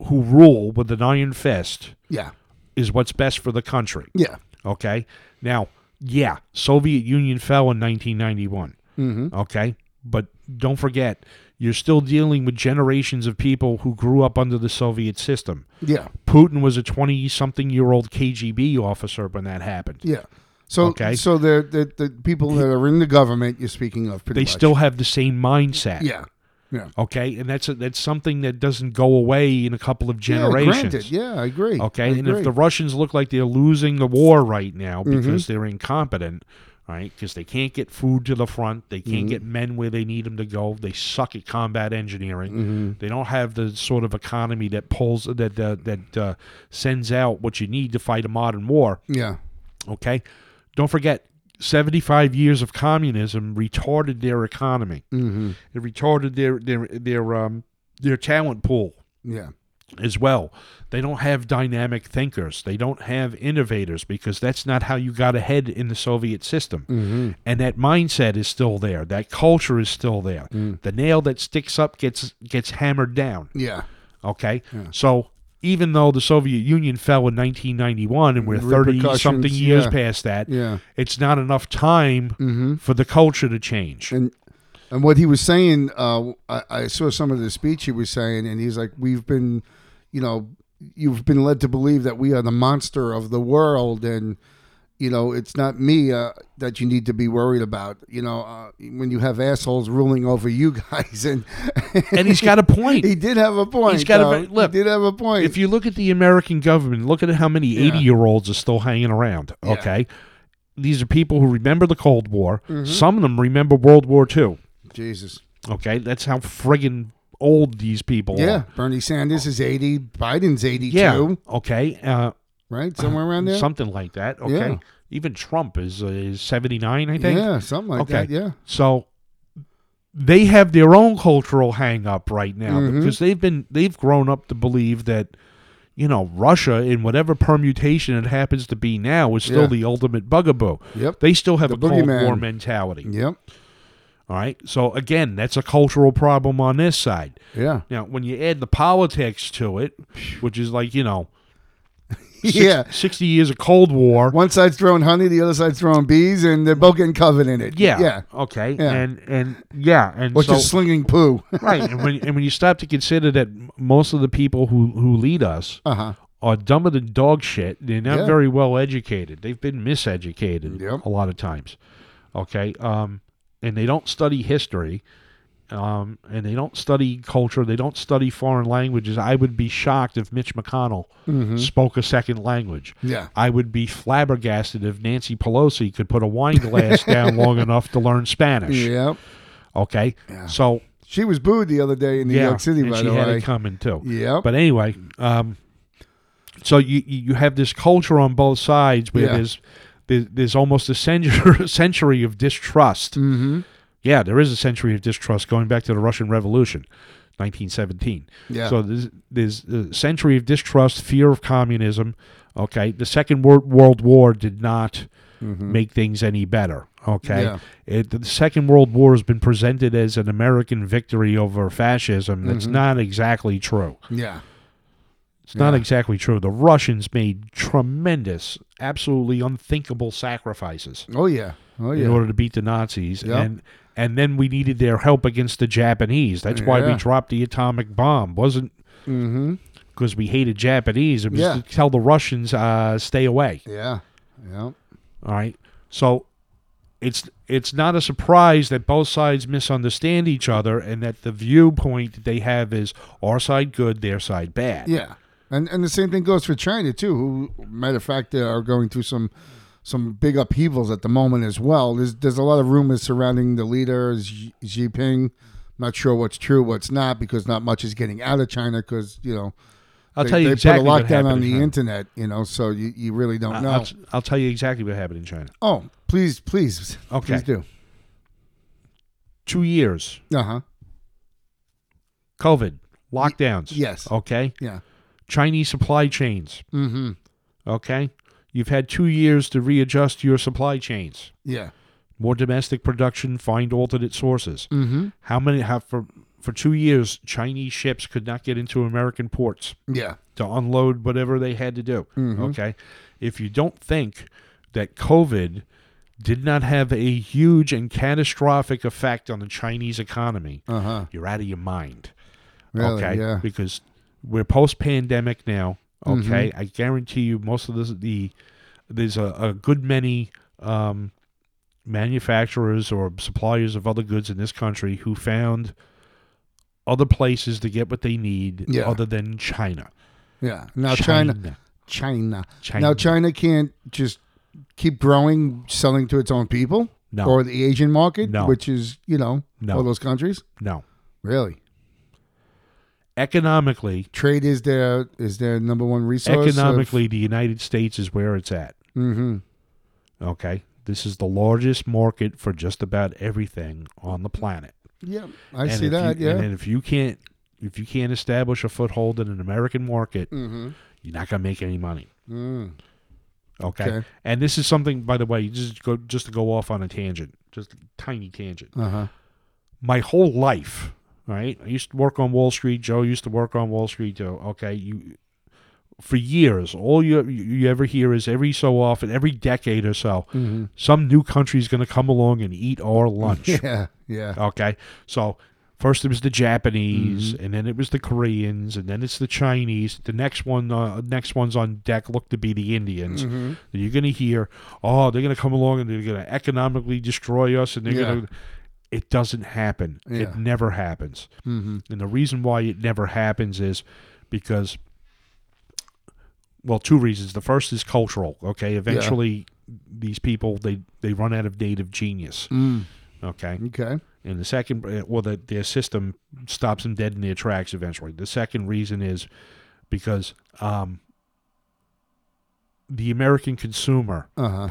S3: who rule with an iron fist
S2: yeah
S3: is what's best for the country.
S2: yeah
S3: Okay. Now, yeah, Soviet Union fell in 1991.
S2: mm-hmm.
S3: Okay. But don't forget, you're still dealing with generations of people who grew up under the Soviet system.
S2: yeah
S3: Putin was a 20 something year old KGB officer when that happened.
S2: Yeah. So
S3: Okay.
S2: so the, the the people that are in the government you're speaking of pretty
S3: They
S2: much.
S3: still have the same mindset.
S2: Yeah. Yeah.
S3: Okay, and that's a, that's something that doesn't go away in a couple of
S2: Yeah,
S3: generations.
S2: granted. Yeah, I agree.
S3: Okay,
S2: I
S3: and if
S2: agree. Mm-hmm.
S3: the Russians look like they're losing the war right now because they're incompetent, right? Because they can't get food to the front, they
S2: Mm-hmm.
S3: can't get men where they need them to go. They suck at combat engineering.
S2: Mm-hmm.
S3: They don't have the sort of economy that pulls that uh, that uh, sends out what you need to fight a modern war.
S2: Yeah.
S3: Okay, don't forget. 75 years of communism retarded their economy.
S2: Mhm.
S3: It retarded their their their um their talent pool
S2: Yeah.
S3: as well. They don't have dynamic thinkers. They don't have innovators because that's not how you got ahead in the Soviet system.
S2: Mhm.
S3: And that mindset is still there. That culture is still there.
S2: Mm.
S3: The nail that sticks up gets gets hammered down.
S2: Yeah.
S3: Okay, so even though the Soviet Union fell in 1991 and we're 30 something
S2: Repercussions,
S3: years
S2: yeah.
S3: past that,
S2: Yeah.
S3: it's not enough time for the culture to change.
S2: And and what he was saying, uh, I, I saw some of the speech he was saying, and he's like, "We've been, you know, you've been led to believe that we are the monster of the world, and you know, it's not me uh, that you need to be worried about. You know, uh, when you have assholes ruling over you guys, and
S3: and he's got a point.
S2: He did have a point.
S3: He's got a
S2: though.
S3: very- look,
S2: he did have a point.
S3: if you look at the American government, look at how many 80 year olds are still hanging around.
S2: Yeah.
S3: Okay. These are people who remember the Cold War.
S2: Mm-hmm.
S3: Some of them remember World War II.
S2: Jesus.
S3: Okay. That's how friggin' old these people
S2: Yeah,
S3: are.
S2: Bernie Sanders is 80, Biden's 82,
S3: Yeah. Okay. Uh,
S2: right? Somewhere around there.
S3: Something like that. Okay.
S2: Yeah.
S3: Even Trump is, uh, is 79, I think.
S2: yeah, something like
S3: Okay.
S2: that. Yeah.
S3: So they have their own cultural hang up right now
S2: Mhm.
S3: because they've been they've grown up to believe that you know Russia in whatever permutation it happens to be now is still
S2: Yeah.
S3: the ultimate bugaboo.
S2: Yep.
S3: They still have
S2: The
S3: a Cold
S2: boogeyman.
S3: War mentality.
S2: Yep.
S3: All right. So again, that's a cultural problem on this side.
S2: Yeah.
S3: Now, when you add the politics to it, which is like you know Six-
S2: yeah.
S3: 60 years of Cold War.
S2: One side's throwing honey, the other side's throwing bees, and they're both getting covered in it.
S3: Yeah.
S2: yeah,
S3: Okay.
S2: Yeah.
S3: And and yeah, and
S2: or
S3: so,
S2: just slinging poo.
S3: right. And when and when you stop to consider that m- most of the people who who lead us
S2: uh huh.
S3: are dumber than dog shit. They're not
S2: Yeah.
S3: very well educated. They've been miseducated
S2: Yep.
S3: a lot of times. Okay. Um, and they don't study history. Um, and they don't study culture. They don't study foreign languages. I would be shocked if Mitch McConnell
S2: Mm-hmm.
S3: spoke a second language.
S2: Yeah.
S3: I would be flabbergasted if Nancy Pelosi could put a wine glass down long enough to learn Spanish.
S2: Yep.
S3: Okay.
S2: Yeah.
S3: So
S2: She was booed the other day in New
S3: yeah,
S2: York City,
S3: and
S2: by
S3: she
S2: the
S3: had
S2: way.
S3: it coming too.
S2: Yep.
S3: But anyway, um, so you you you have this culture on both sides where
S2: Yeah.
S3: there's there's there's almost a century century of distrust.
S2: mm-hmm.
S3: Yeah, there is a century of distrust going back to the Russian Revolution, 1917.
S2: Yeah.
S3: So there's, there's a century of distrust, fear of communism. Okay, the Second Wor- World War did not make things any better. Okay,
S2: Mm-hmm. Yeah.
S3: it, the Second World War has been presented as an American victory over fascism. That's
S2: Mm-hmm.
S3: not exactly true.
S2: yeah.
S3: It's not
S2: Yeah.
S3: exactly true. The Russians made tremendous, absolutely unthinkable sacrifices
S2: Oh yeah. Oh
S3: in
S2: yeah.
S3: order to beat the Nazis,
S2: Yeah.
S3: and and then we needed their help against the Japanese. That's why we
S2: Yeah.
S3: dropped the atomic bomb. wasn't
S2: Mm-hmm.
S3: because we hated Japanese. It was
S2: Yeah.
S3: to tell the Russians, uh, stay away.
S2: Yeah. Yeah.
S3: All right. So it's it's not a surprise that both sides misunderstand each other and that the viewpoint that they have is our side good, their side bad.
S2: Yeah, and and the same thing goes for China too. Who, matter of fact, they are going through some some big upheavals at the moment as well. There's there's a lot of rumors surrounding the leader Xi Xi Jinping. Not sure what's true, what's not, because not much is getting out of China. Because you know,
S3: I'll
S2: they,
S3: tell you
S2: they
S3: exactly
S2: put a
S3: what
S2: lockdown
S3: happened
S2: on
S3: in
S2: the
S3: China.
S2: internet. You know, so you, you really don't
S3: I-
S2: know.
S3: I'll, I'll tell you exactly what happened in China.
S2: oh, please, please,
S3: Okay.
S2: please do.
S3: Two years,
S2: Uh huh.
S3: COVID, lockdowns.
S2: yes.
S3: Okay.
S2: Yeah.
S3: Chinese supply chains.
S2: Mm-hmm.
S3: Okay. You've had two years to readjust your supply chains.
S2: Yeah.
S3: More domestic production, find alternate sources.
S2: Mm-hmm.
S3: How many have for for two years Chinese ships could not get into American ports
S2: Yeah.
S3: to unload whatever they had to do.
S2: Mm-hmm.
S3: Okay. If you don't think that COVID did not have a huge and catastrophic effect on the Chinese economy,
S2: Uh huh.
S3: you're out of your mind.
S2: Really?
S3: Oh. okay.
S2: Yeah. Mm-hmm.
S3: Because we're post pandemic now. Okay. I guarantee you most of this the there's a, a good many um, manufacturers or suppliers of other goods in this country who found other places to get what they need
S2: Yeah.
S3: other than China.
S2: Yeah. Now China.
S3: China.
S2: China.
S3: China.
S2: Now China can't just keep growing, selling to its own people
S3: No.
S2: or the Asian market,
S3: No.
S2: which is you know
S3: No.
S2: all those countries.
S3: No.
S2: Really,
S3: Economically
S2: trade is their is their number one resource.
S3: economically the United States is where it's at.
S2: hmm
S3: Okay. This is the largest market for just about everything on the planet.
S2: Yeah, I
S3: And
S2: see
S3: if you-
S2: that. yeah.
S3: And then if you can't if you can't establish a foothold in an American market,
S2: mm-hmm.
S3: you're not gonna make any money.
S2: mm.
S3: Okay?
S2: Okay.
S3: And this is something, by the way, just go just to go off on a tangent, just a tiny tangent.
S2: Uh huh.
S3: My whole life, right? I used to work on Wall Street. Joe used to work on Wall Street. Joe, okay, you for years, all you you ever hear is every so often, every decade or so,
S2: Mm-hmm.
S3: some new country's going to come along and eat our lunch.
S2: Yeah. Yeah.
S3: Okay. So first it was the Japanese,
S2: Mm-hmm.
S3: and then it was the Koreans, and then it's the Chinese. The next one, uh, next one's on deck, look to be the Indians.
S2: Mm-hmm.
S3: Then You're going to hear, oh, they're going to come along and they're going to economically destroy us, and they're
S2: Yeah.
S3: going to. It doesn't happen.
S2: Yeah.
S3: It never happens.
S2: Mm-hmm.
S3: And the reason why it never happens is because, well, two reasons. The first is cultural. Okay, eventually, these people they they run out of native genius.
S2: Mm.
S3: Okay,
S2: Okay.
S3: and the second, uh, well, the, their system stops them dead in their tracks eventually. The second reason is because um, the American consumer
S2: Uh huh.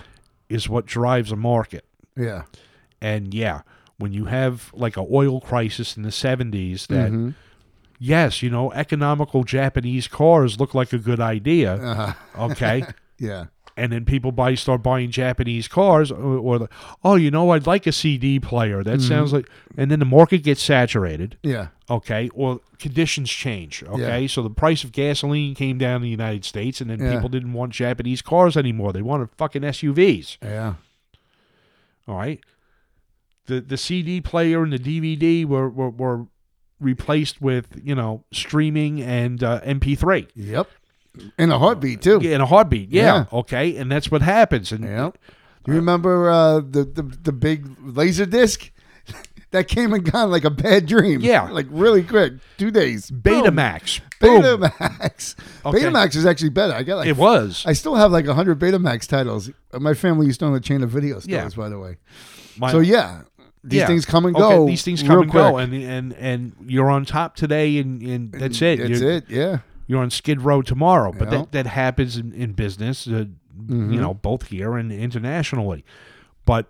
S3: is what drives a market.
S2: Yeah.
S3: And yeah, when you have like an oil crisis in the 70s, that
S2: Mhm.
S3: yes, you know, economical Japanese cars look like a good idea.
S2: Uh-huh.
S3: Okay.
S2: Yeah.
S3: and then people buy start buying Japanese cars, or, or the, oh, you know, I'd like a CD player. That sounds like, and then the market gets saturated.
S2: Yeah.
S3: Okay, or conditions change. Okay, so the price of gasoline came down in the United States, and then
S2: Yeah.
S3: people didn't want Japanese cars anymore. They wanted fucking SUVs.
S2: Yeah.
S3: All right. The the CD player and the DVD were were, were replaced with you know streaming and uh, MP3
S2: Yep. In a heartbeat too.
S3: in a heartbeat. Yeah, Okay. And that's what happens. And
S2: Yeah. You remember uh, the, the the big laser disc that came and gone like a bad dream?
S3: Yeah.
S2: Like really quick, two days. Boom.
S3: Betamax. Boom.
S2: Betamax.
S3: Okay.
S2: Betamax is actually better. I got like
S3: It was.
S2: I still have like hundred Betamax titles. My family used to own a chain of video stores,
S3: Yeah.
S2: by the way.
S3: My-
S2: So yeah, these
S3: yeah.
S2: things come and
S3: Okay,
S2: go.
S3: these things
S2: real
S3: come and go,
S2: quick.
S3: and and and you're on top today, and, and that's it.
S2: That's
S3: you're,
S2: it. Yeah.
S3: You're on skid row tomorrow, but
S2: Yeah. Mm-hmm.
S3: that, that happens in, in business. Uh, You know, both here and internationally. But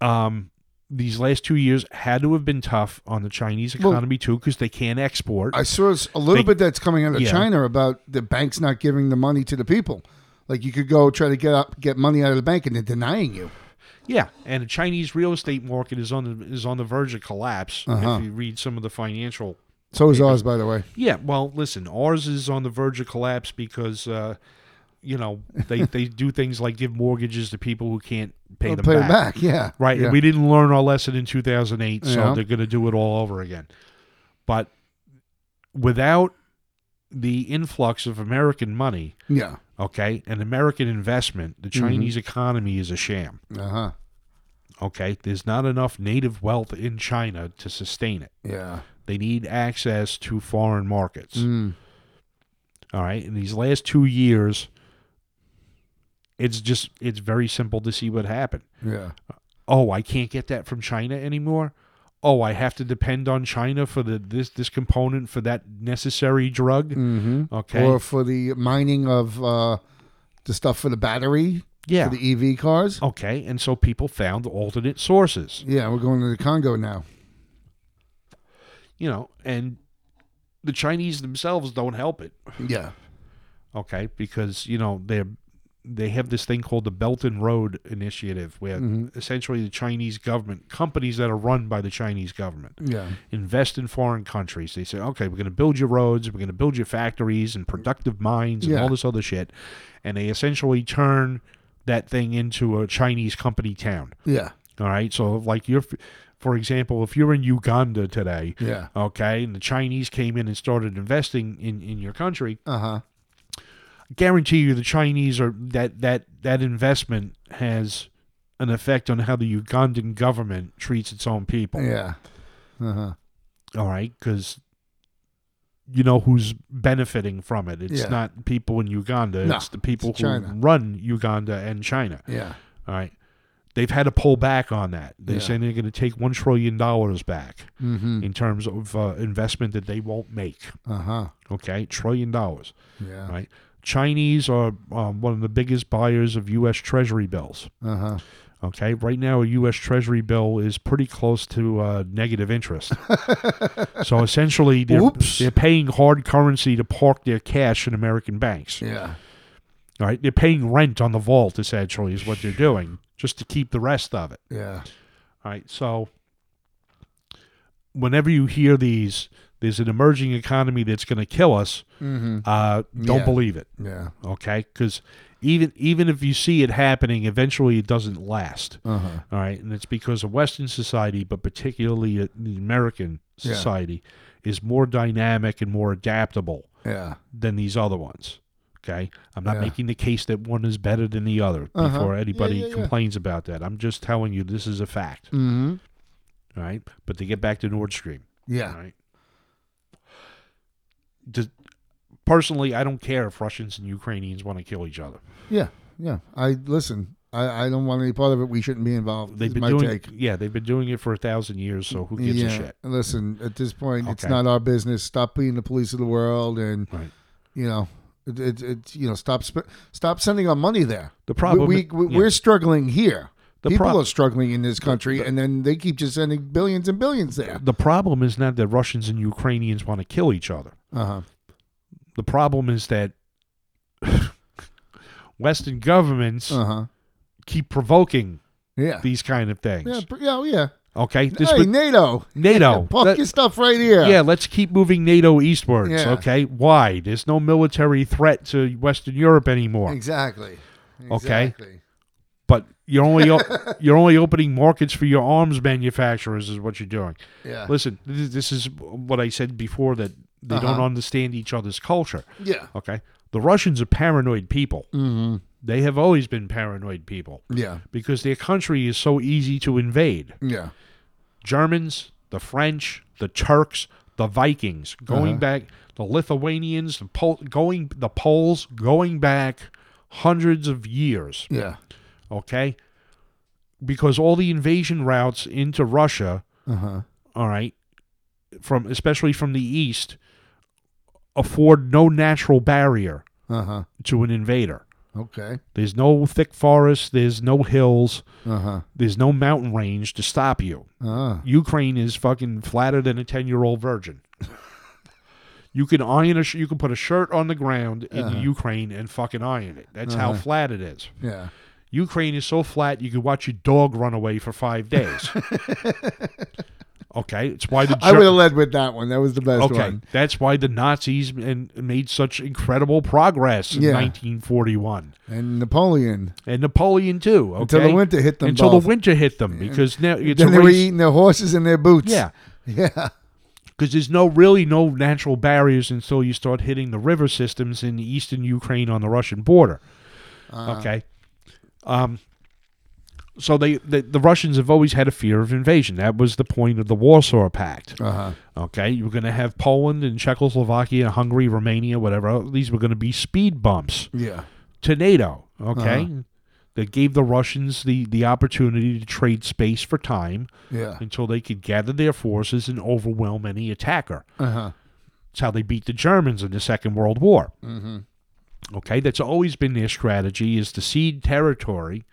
S3: um, these last two years had to have been tough on the Chinese
S2: Well-
S3: economy too, because they can't export.
S2: I saw s- a little
S3: They-
S2: bit that's coming out of
S3: Yeah.
S2: China about the banks not giving the money to the people. Like you could go try to get up, get money out of the bank, and they're denying you.
S3: Yeah, and the Chinese real estate market is on the, is on the verge of collapse.
S2: Uh-huh.
S3: If you read some of the financial,
S2: So is ours, by the way.
S3: yeah. Well, listen, ours is on the verge of collapse because uh, you know they, they do things like give mortgages to people who can't pay
S2: I'll
S3: them
S2: pay
S3: back.
S2: it back. Yeah.
S3: Right,
S2: Yeah.
S3: and we didn't learn our lesson in 2008, so
S2: Yeah.
S3: they're going to do it all over again. But without the influx of American money,
S2: yeah.
S3: okay, and American investment, the
S2: Mm-hmm.
S3: Chinese economy is a sham.
S2: Uh huh.
S3: okay there's not enough native wealth in china to sustain it
S2: Yeah.
S3: they need access to foreign markets
S2: Mm.
S3: all right in these last two years it's just it's very simple to see what happened
S2: Yeah.
S3: oh i can't get that from china anymore oh i have to depend on china for the this this component for that necessary drug
S2: Mm-hmm.
S3: okay
S2: Or for the mining of uh, the stuff for the battery
S3: yeah Oh.
S2: for the EV cars.
S3: okay and so people found alternate sources
S2: Yeah, we're going to the Congo now.
S3: you know and the chinese themselves don't help it
S2: Yeah.
S3: okay because you know they're they have this thing called the belt and road initiative where
S2: Mm-hmm.
S3: essentially the chinese government companies that are run by the chinese government
S2: Yeah.
S3: invest in foreign countries they say okay we're going to build your roads we're going to build your factories and productive mines and
S2: Yeah.
S3: all this other shit and they essentially turn that thing into a chinese company town
S2: Yeah.
S3: all right so like you're for example if you're in uganda today
S2: Yeah.
S3: okay and the chinese came in and started investing in in your country
S2: Uh huh.
S3: guarantee you the Chinese are that that that investment has an effect on how the Ugandan government treats its own people.
S2: Yeah. Uh huh.
S3: All right, because you know who's benefiting from it. It's
S2: Yeah.
S3: not people in Uganda.
S2: No,
S3: it's the people
S2: it's
S3: who
S2: China.
S3: run Uganda and China.
S2: Yeah.
S3: All right. They've had to pull back on that. They're
S2: Yeah.
S3: saying they're going to take $1 trillion back
S2: Mm-hmm.
S3: in terms of uh, investment that they won't make.
S2: Uh huh.
S3: Okay. Trillion dollars.
S2: Yeah.
S3: right? Chinese are um, one of the biggest buyers of U.S. Treasury bills.
S2: Uh huh.
S3: Okay, right now a U.S. Treasury bill is pretty close to uh, negative interest. so essentially, they're,
S2: Oops.
S3: they're paying hard currency to park their cash in American banks.
S2: Yeah.
S3: All right, they're paying rent on the vault. Essentially, is what they're doing just to keep the rest of it.
S2: Yeah.
S3: All right, so whenever you hear these, there's an emerging economy that's going to kill us.
S2: Mm-hmm.
S3: Uh, don't
S2: Yeah.
S3: believe it.
S2: Yeah.
S3: okay because even even if you see it happening eventually it doesn't last
S2: Uh huh.
S3: all right and it's because of western society but particularly uh, the american
S2: Yeah.
S3: society is more dynamic and more adaptable
S2: Yeah.
S3: than these other ones okay i'm not
S2: Yeah.
S3: making the case that one is better than the other
S2: Uh-huh.
S3: before
S2: Yeah,
S3: anybody
S2: yeah, yeah.
S3: complains about that i'm just telling you this is a fact
S2: Mm-hmm.
S3: all right but to get back to nord stream all
S2: Yeah.
S3: right Does, personally i don't care if russians and ukrainians want to kill each other
S2: Yeah. Yeah. I listen. I, I don't want any part of it. We shouldn't be involved.
S3: They've
S2: is
S3: been
S2: my
S3: doing,
S2: take.
S3: yeah, they've been doing it for a thousand years. So who gives
S2: yeah.
S3: a shit?
S2: Listen, at this point, it's
S3: Okay.
S2: not our business. Stop being the police of the world, and
S3: Right.
S2: you know, it, it, it you know, stop sp- stop sending our money there.
S3: The problem,
S2: we, we,
S3: yeah.
S2: we're struggling here.
S3: The
S2: People
S3: prob-
S2: are struggling in this country, and then they keep just sending billions and billions there.
S3: the problem is not that Russians and Ukrainians want to Uh-huh. kill each other.
S2: Uh huh.
S3: The problem is that Western governments
S2: Uh huh.
S3: keep provoking
S2: Yeah.
S3: these kind of things.
S2: Yeah. pr- Yeah. oh, Yeah.
S3: Okay, this
S2: hey,
S3: would
S2: NATO.
S3: NATO.
S2: Park
S3: Let-
S2: your stuff right here.
S3: yeah, let's keep moving NATO eastwards.
S2: Yeah.
S3: Okay, why? There's no military threat to Western Europe anymore.
S2: Exactly.
S3: Okay.
S2: Exactly.
S3: But you're only o- you're only opening markets for your arms manufacturers is what you're doing.
S2: Yeah.
S3: Listen, this is, this is what I said before that they don't
S2: Uh-huh.
S3: understand each other's culture.
S2: Yeah.
S3: Okay, the Russians are paranoid people.
S2: Mm-hmm.
S3: They have always been paranoid people
S2: Yeah.
S3: because their country is so easy to invade.
S2: Yeah.
S3: Germans, the French, the Turks, the Vikings, going
S2: Uh-huh.
S3: back, the Lithuanians, the Pol- going the Poles, going back hundreds of years,
S2: Yeah.
S3: okay? Because all the invasion routes into Russia,
S2: Uh huh.
S3: all right, from especially from the east afford no natural barrier
S2: Uh huh.
S3: to an invader.
S2: Okay.
S3: There's no thick forest, there's no hills,
S2: Uh huh.
S3: there's no mountain range to stop you.
S2: Uh
S3: Ukraine is fucking flatter than a ten-year-old virgin. you can iron a sh- you can put a shirt on the ground in
S2: Uh-huh.
S3: Ukraine and fucking iron it. That's how
S2: Uh-huh.
S3: flat it is.
S2: Yeah.
S3: Ukraine is so flat you could watch your dog run away for five days. okay, it's why the
S2: I
S3: Ger-
S2: would have led with that one. That was the best
S3: okay
S2: one.
S3: that's why the Nazis and made such incredible progress in
S2: Yeah.
S3: 1941
S2: And Napoleon
S3: and Napoleon too. Okay,
S2: until the winter hit them.
S3: until
S2: both.
S3: the winter hit them because now it's
S2: Then
S3: a
S2: they were
S3: race-
S2: eating their horses and their boots.
S3: yeah.
S2: Yeah.
S3: because there's no really no natural barriers until you start hitting the river systems in eastern Ukraine on the Russian border.
S2: Uh-huh.
S3: okay, um, so they the, the Russians have always had a fear of invasion. That was the point of the Warsaw Pact.
S2: Uh huh.
S3: Okay, you were going to have Poland and Czechoslovakia and Hungary, Romania, whatever. These were going to be speed bumps
S2: Yeah.
S3: to NATO. Okay. That gave the Russians the, the opportunity to trade space for time
S2: Yeah.
S3: until they could gather their forces and overwhelm any attacker.
S2: Uh huh.
S3: It's how they beat the Germans in the Second World War.
S2: Mm-hmm.
S3: Okay, that's always been their strategy: is to cede territory.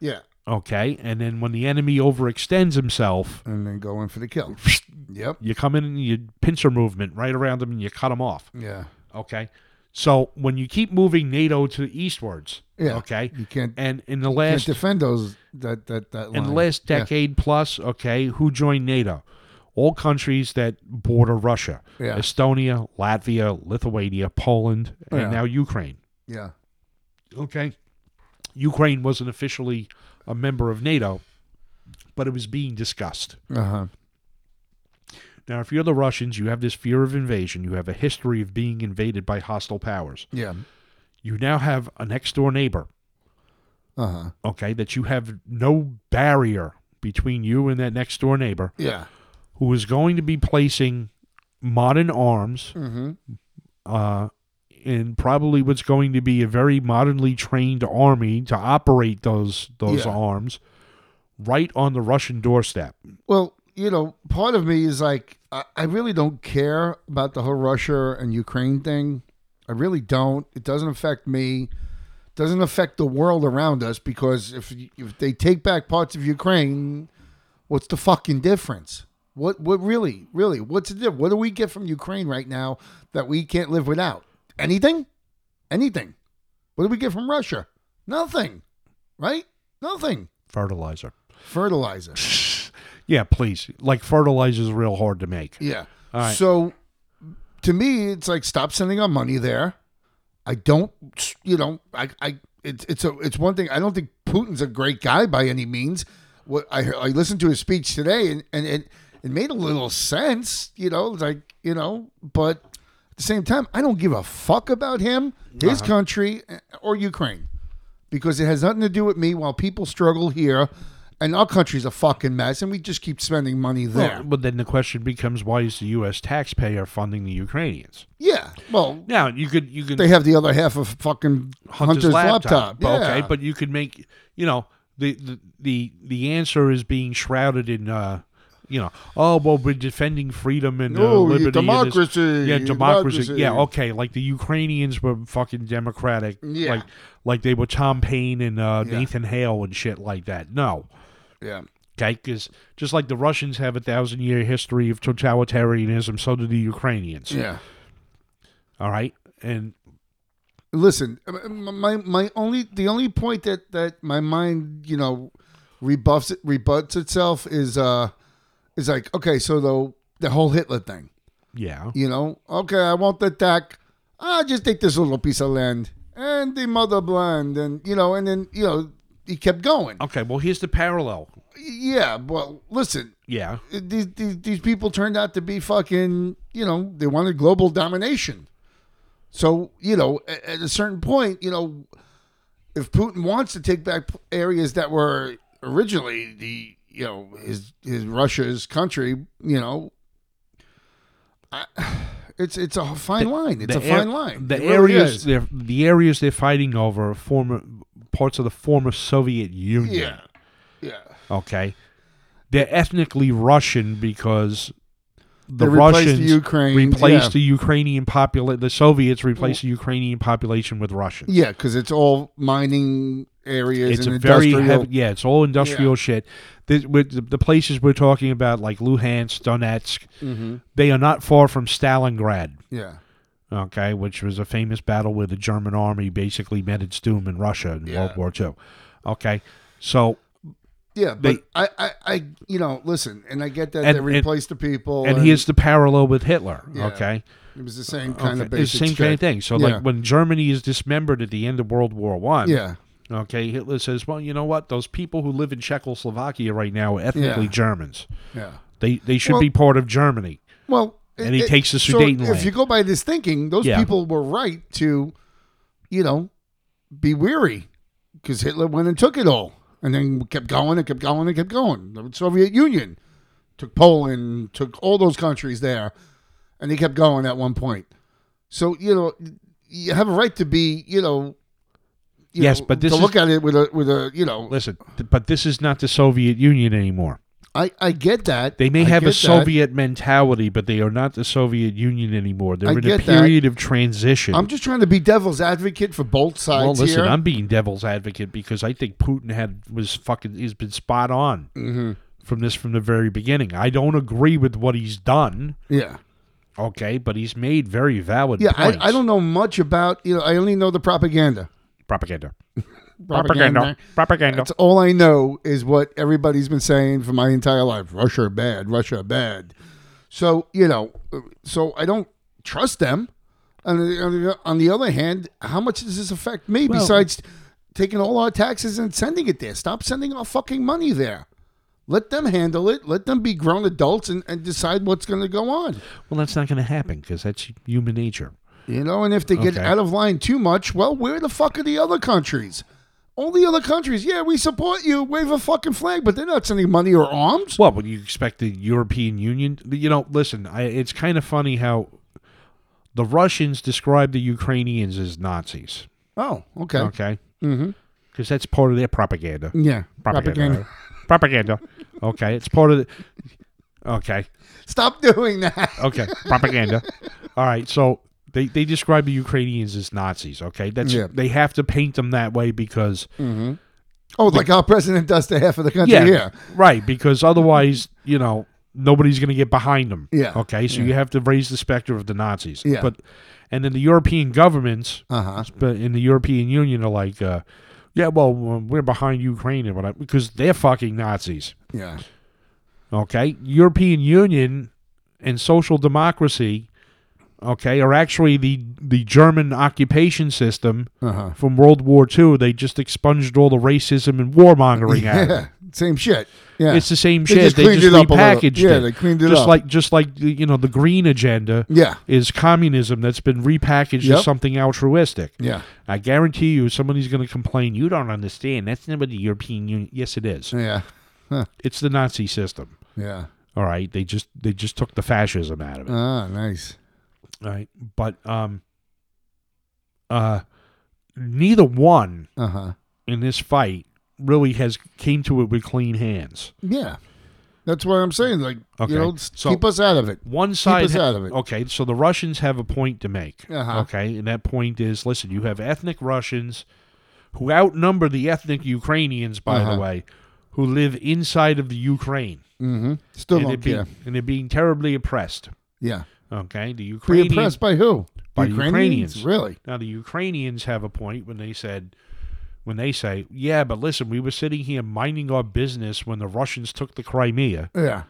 S2: Yeah.
S3: Okay, and then when the enemy overextends himself,
S2: And then go in for the kill. yep.
S3: you come in and you pincer movement right around them and you cut them off.
S2: Yeah.
S3: Okay, so when you keep moving NATO to eastwards,
S2: Yeah.
S3: okay,
S2: You can't,
S3: and in the
S2: can't
S3: last
S2: defend those that that that line.
S3: in the last
S2: Yeah.
S3: decade plus, okay, who joined NATO? All countries that border Russia:
S2: Yeah.
S3: Estonia, Latvia, Lithuania, Poland, and
S2: Yeah.
S3: now Ukraine.
S2: Yeah.
S3: okay, Ukraine wasn't officially a member of NATO, but it was being discussed.
S2: Uh huh.
S3: Now, if you're the Russians, you have this fear of invasion. You have a history of being invaded by hostile powers.
S2: Yeah.
S3: You now have a next door neighbor,
S2: Uh huh.
S3: okay, that you have no barrier between you and that next door neighbor
S2: Yeah.
S3: who is going to be placing modern arms
S2: Mm-hmm.
S3: uh, in probably what's going to be a very modernly trained army to operate those those
S2: Yeah.
S3: arms right on the Russian doorstep.
S2: Well, you know, part of me is like, I, I really don't care about the whole Russia and Ukraine thing. I really don't. It doesn't affect me. Doesn't affect the world around us because if y- if they take back parts of Ukraine, what's the fucking difference? What what really really what's the difference? What do we get from Ukraine right now that we can't live without? Anything? Anything? What do we get from Russia? Nothing, right? Nothing.
S3: Fertilizer.
S2: Fertilizer.
S3: Yeah, please. Like fertilizer's real hard to make.
S2: Yeah.
S3: All right.
S2: So to me, it's like stop sending our money there. I don't, you know, I, I, it's, it's a, it's one thing. I don't think Putin's a great guy by any means. What I, I listened to his speech today, and and it, it made a little sense, you know, it's like you know, but at the same time, I don't give a fuck about him, his
S3: Uh-huh.
S2: country, eh, or Ukraine because it has nothing to do with me. While people struggle here, and our country's a fucking mess, and we just keep spending money there.
S3: Well, but then the question becomes why is the US taxpayer funding the Ukrainians?
S2: yeah, well,
S3: Now, you could you could
S2: they have the other half of fucking Hunter's, laptop. Yeah.
S3: Okay, but you could make, you know, the the the, the answer is being shrouded in uh you know, oh well, we're defending freedom and uh,
S2: Oh, yeah,
S3: liberty. and this-
S2: democracy,
S3: yeah, democracy.
S2: democracy.
S3: Yeah, okay. Like the Ukrainians were fucking democratic.
S2: Yeah.
S3: Like, like they were Tom Paine and uh,
S2: Yeah.
S3: Nathan Hale and shit like that. No,
S2: yeah,
S3: Okay, because just like the Russians have a thousand year history of totalitarianism, so do the Ukrainians.
S2: yeah,
S3: All right, and
S2: listen, my my only the only point that that my mind you know rebuffs it, rebuts itself is uh is like okay, so the the whole Hitler thing,
S3: Yeah.
S2: you know, okay, I won't attack. I just take this little piece of land and the mother blend, and you know, and then you know he kept going.
S3: Okay. Well, here's the parallel.
S2: Yeah, well, listen,
S3: Yeah.
S2: these, these these people turned out to be fucking you know they wanted global domination so you know at, at a certain point you know if putin wants to take back p- areas that were originally the you know his his russia's country you know I, it's it's a fine line it's a
S3: ar-
S2: fine line
S3: The
S2: It really
S3: areas
S2: is.
S3: they're the areas they're fighting over are former parts of the former Soviet Union.
S2: yeah yeah
S3: Okay. They're ethnically Russian because the
S2: They replaced
S3: Russians
S2: the Ukraine,
S3: replaced
S2: yeah.
S3: the Ukrainian population. The Soviets replaced the Ukrainian population with Russians.
S2: yeah because it's all mining areas
S3: It's
S2: and
S3: a very
S2: industrial-
S3: heavy, yeah. It's all industrial shit. This, with the, the places we're talking about, like Luhansk, Donetsk,
S2: Mm-hmm.
S3: they are not far from Stalingrad.
S2: yeah
S3: okay, which was a famous battle where the German army basically met its doom in Russia in
S2: Yeah.
S3: World War II. Okay, so
S2: Yeah, but
S3: They-
S2: I, I, I, you know, listen, and I get that
S3: And-
S2: they
S3: and-
S2: replaced the people,
S3: and here's the parallel with Hitler.
S2: Yeah.
S3: Okay,
S2: it was the same kind
S3: okay.
S2: of
S3: it's
S2: basic
S3: the same
S2: shit.
S3: kind of thing. So
S2: Yeah.
S3: like when Germany is dismembered at the end of World War One,
S2: Yeah,
S3: okay, Hitler says, well, you know what? Those people who live in Czechoslovakia right now are ethnically
S2: Yeah.
S3: Germans.
S2: yeah.
S3: They they should
S2: Well-
S3: be part of Germany.
S2: Well,
S3: And he takes the
S2: so
S3: Sudetenland.
S2: If you go by this thinking, those
S3: Yeah.
S2: people were right to, you know, be weary because Hitler went and took it all, and then kept going and kept going and kept going. The Soviet Union took Poland, took all those countries there, and he kept going at one point. So you know, you have a right to be, you know. you
S3: Yes,
S2: know,
S3: but this
S2: to
S3: is-
S2: look at it with a with a you know
S3: Listen, th- but this is not the Soviet Union anymore.
S2: I, I get that.
S3: They may
S2: I
S3: have
S2: get
S3: a
S2: that.
S3: Soviet mentality, but they are not the Soviet Union anymore. They're
S2: I
S3: in a
S2: get that.
S3: period of transition.
S2: I'm just trying to be devil's advocate for both sides
S3: well, listen,
S2: here.
S3: I'm being devil's advocate because I think Putin had was fucking. He's been spot on
S2: Mm-hmm.
S3: from this from the very beginning. I don't agree with what he's done.
S2: yeah.
S3: Okay, but he's made very valid
S2: Yeah,
S3: points.
S2: I, I don't know much about, you know, I only know the propaganda.
S3: propaganda, propaganda, propaganda.
S2: That's all I know is what everybody's been saying for my entire life. Russia bad, Russia bad. So, you know, so I don't trust them. On the, on the- on the other hand, how much does this affect me
S3: Well-
S2: besides taking all our taxes and sending it there? Stop sending our fucking money there. Let them handle it. Let them be grown adults and, and decide what's going to go on.
S3: Well, that's not going to happen because that's human nature.
S2: You know, and if they get
S3: Okay.
S2: out of line too much, well, where the fuck are the other countries? All the other countries, yeah, we support you, wave a fucking flag, but they're not sending money or arms.
S3: Well, would you expect the European Union? You know, listen, I, it's kind of funny how the Russians describe the Ukrainians as Nazis.
S2: Oh, okay.
S3: Okay, because mm-hmm. that's part of their propaganda.
S2: Yeah.
S3: propaganda. Propaganda. Okay, it's part of the. Okay,
S2: Stop doing that.
S3: okay, propaganda. All right, so they they describe the Ukrainians as Nazis. Okay, that's
S2: Yeah.
S3: they have to paint them that way because
S2: Oh, like our president does to half of the country
S3: yeah,
S2: here.
S3: right because otherwise you know nobody's going to get behind them.
S2: Yeah.
S3: Okay, so you have to raise the specter of the Nazis.
S2: Yeah.
S3: but and then the European governments
S2: Uh huh.
S3: but in the European Union are like. Uh, yeah, well, we're behind Ukraine and whatnot because they're fucking Nazis.
S2: Yeah.
S3: okay european union and social democracy okay are actually the the german occupation system
S2: Uh huh.
S3: from world war ii they just expunged all the racism and warmongering out of it.
S2: Yeah. Same shit. Yeah.
S3: it's the same
S2: They
S3: shit
S2: just
S3: they
S2: cleaned
S3: just
S2: it up a little.
S3: repackaged
S2: Yeah,
S3: it
S2: they cleaned it
S3: just
S2: up.
S3: like just like the- you know the green agenda
S2: yeah.
S3: is communism that's been repackaged
S2: Yep.
S3: as something altruistic
S2: Yeah.
S3: i guarantee you somebody's going to complain you don't understand that's not what the european union yes it is
S2: Yeah.
S3: it's the nazi system
S2: Yeah.
S3: all right, they just they just took the fascism out of it.
S2: Ah, nice.
S3: All right, but um, uh, neither one
S2: Uh huh.
S3: in this fight really has came to it with clean hands.
S2: Yeah. That's what I'm saying. Like,
S3: Okay,
S2: you know,
S3: so-
S2: keep us out of it.
S3: One side,
S2: us out of it.
S3: okay. So the Russians have a point to make.
S2: Uh-huh.
S3: Okay, and that point is: listen, you have ethnic Russians who outnumber the ethnic Ukrainians, by
S2: Uh-huh.
S3: the way, who live inside of the Ukraine,
S2: Mm-hmm. Still
S3: and, they're
S2: don't
S3: being,
S2: care.
S3: and they're being terribly oppressed.
S2: yeah.
S3: Okay, the
S2: Be
S3: Ukrainians
S2: impressed by who?
S3: by the Ukrainians.
S2: Really?
S3: Now the Ukrainians have a point when they said when they say, "Yeah, but listen, we were sitting here minding our business when the Russians took the Crimea,
S2: Yeah.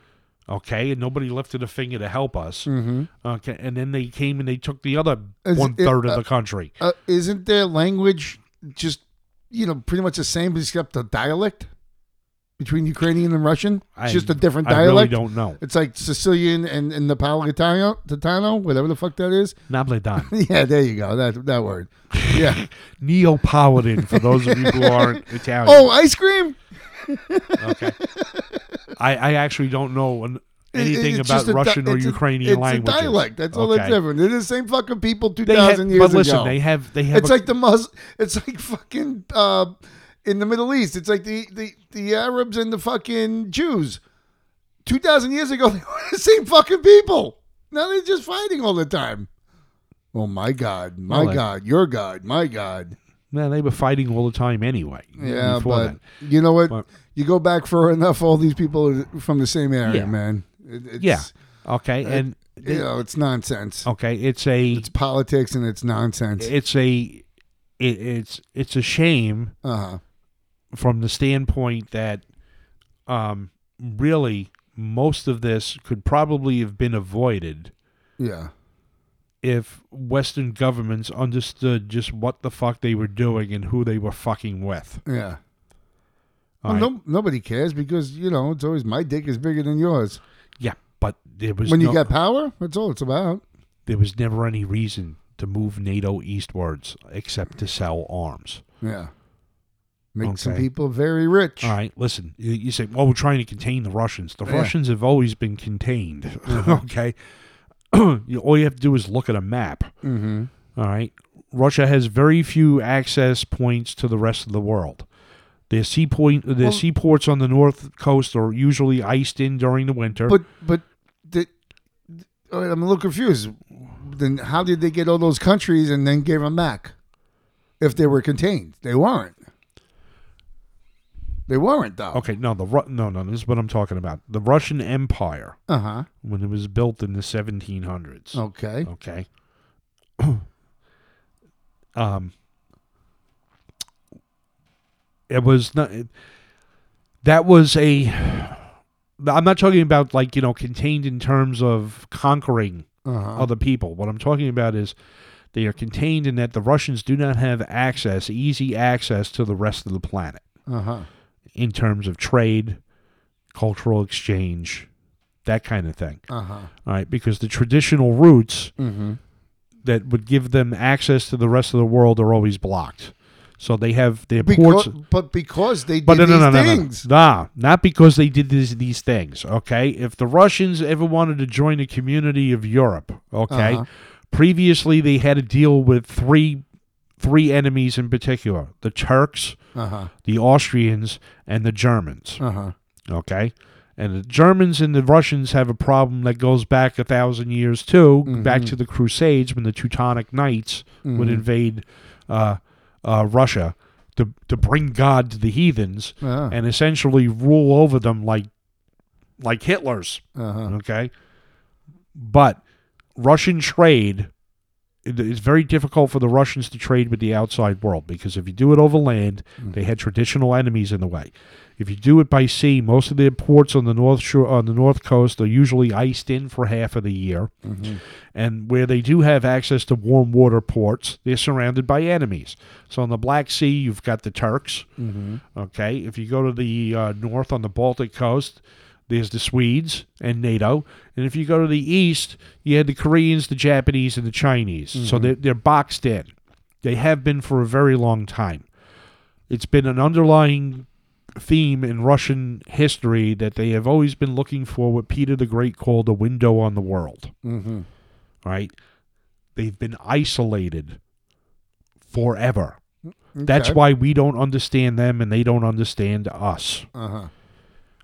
S3: okay, and nobody lifted a finger to help us."
S2: Mm-hmm.
S3: Okay, and then they came and they took the other
S2: Is
S3: one
S2: it-
S3: third
S2: uh,
S3: of the country.
S2: Uh, isn't their language just, you know, pretty much the same except the dialect between Ukrainian and Russian?
S3: I-
S2: It's just a different
S3: I really
S2: dialect.
S3: don't know.
S2: it's like Sicilian and, and Napolitano, Titano, whatever the fuck that is.
S3: Nabledan.
S2: Yeah, there you go. That that word. Yeah.
S3: Neapolitan for those of you who aren't Italian.
S2: oh, ice cream. Oh.
S3: Okay. I, I actually don't know an,
S2: It-
S3: anything
S2: it's
S3: about
S2: just a di-
S3: Russian or
S2: it's a-
S3: Ukrainian
S2: it's
S3: languages.
S2: a dialect. That's all that's
S3: Okay.
S2: different. They're the same fucking people two
S3: They ha-
S2: thousand years
S3: but listen,
S2: ago.
S3: they have they have
S2: it's
S3: a-
S2: like the Mus. It's like fucking uh, in the Middle East. It's like the the the Arabs and the fucking Jews. Two thousand years ago, they were the same fucking people. Now they're just fighting all the time. Oh my god, my
S3: Well, uh,
S2: god, your god, my god.
S3: Nah, they were fighting all the time anyway.
S2: Yeah,
S3: before
S2: but you know what?
S3: But-
S2: you go back far enough, all these people are from the same area,
S3: Yeah.
S2: man. It, it's,
S3: Yeah. Oh. that. Okay, and
S2: you know, it's nonsense.
S3: okay, it's a
S2: It's politics and it's nonsense.
S3: it's a it, it's it's a shame
S2: Uh huh.
S3: from the standpoint that um really most of this could probably have been avoided
S2: Yeah.
S3: if western governments understood just what the fuck they were doing and who they were fucking with.
S2: Yeah.
S3: All
S2: Well,
S3: right?
S2: no, nobody cares because you know it's always my dick is bigger than yours.
S3: Yeah, but there was
S2: When you
S3: no-
S2: got power, that's all it's about.
S3: there was never any reason to move NATO eastwards except to sell arms.
S2: Yeah, make some
S3: Okay.
S2: people very rich.
S3: All right, listen. You, you say, "Well, we're trying to contain the Russians." The
S2: Yeah. Mm-hmm.
S3: Russians have always been contained. okay, You- all you have to do is look at a map.
S2: Mm-hmm.
S3: All right, Russia has very few access points to the rest of the world. Their sea point, their
S2: Well-
S3: seaports on the north coast are usually iced in during the winter.
S2: But but the, all right, I'm a little confused. Then how did they get all those countries and then gave them back? If they were contained, they weren't. They weren't though.
S3: okay, no, the Ru- no, no, this is what I'm talking about. The Russian Empire
S2: Uh huh.
S3: when it was built in the 1700s.
S2: Okay.
S3: Okay. um, it was not. it- that was a. I'm not talking about like you know contained in terms of conquering
S2: Uh huh.
S3: other people. What I'm talking about is they are contained in that the Russians do not have access, easy access to the rest of the planet
S2: Uh huh.
S3: in terms of trade, cultural exchange, that kind of thing.
S2: Uh huh.
S3: All right, because the traditional routes
S2: Mm-hmm.
S3: that would give them access to the rest of the world are always blocked. So they have their
S2: Because,
S3: ports.
S2: but because they did
S3: But no,
S2: these
S3: no, no, no, no, no,
S2: things.
S3: Nah, not because they did these, these things. Okay, if the Russians ever wanted to join the community of Europe, okay,
S2: Uh-huh.
S3: previously they had to deal with three three enemies in particular: the Turks,
S2: Uh huh.
S3: the Austrians, and the Germans.
S2: Uh huh.
S3: Okay. And the Germans and the Russians have a problem that goes back a thousand years too, back
S2: Mm-hmm.
S3: to the Crusades when the Teutonic Knights would invade uh, uh, Russia to to bring God to the heathens
S2: Uh-huh.
S3: and essentially rule over them like like Hitler's.
S2: Uh-huh.
S3: Okay, but Russian trade it- it's very difficult for the Russians to trade with the outside world because if you do it over land, they had traditional enemies in the way. If you do it by sea, most of their ports on the north shore on the north coast are usually iced in for half of the year, Mm-hmm. and where they do have access to warm water ports, they're surrounded by enemies. So on the Black Sea, you've got the Turks. Okay, if you go to the uh, north on the Baltic coast, there's the Swedes and NATO, and if you go to the east, you had the Koreans, the Japanese, and the Chinese. So they're, they're boxed in. They have been for a very long time. It's been an underlying theme in Russian history that they have always been looking for what Peter the Great called a window on the world.
S2: Mm-hmm.
S3: Right? They've been isolated forever. That's why we don't understand them and they don't understand us.
S2: Uh-huh.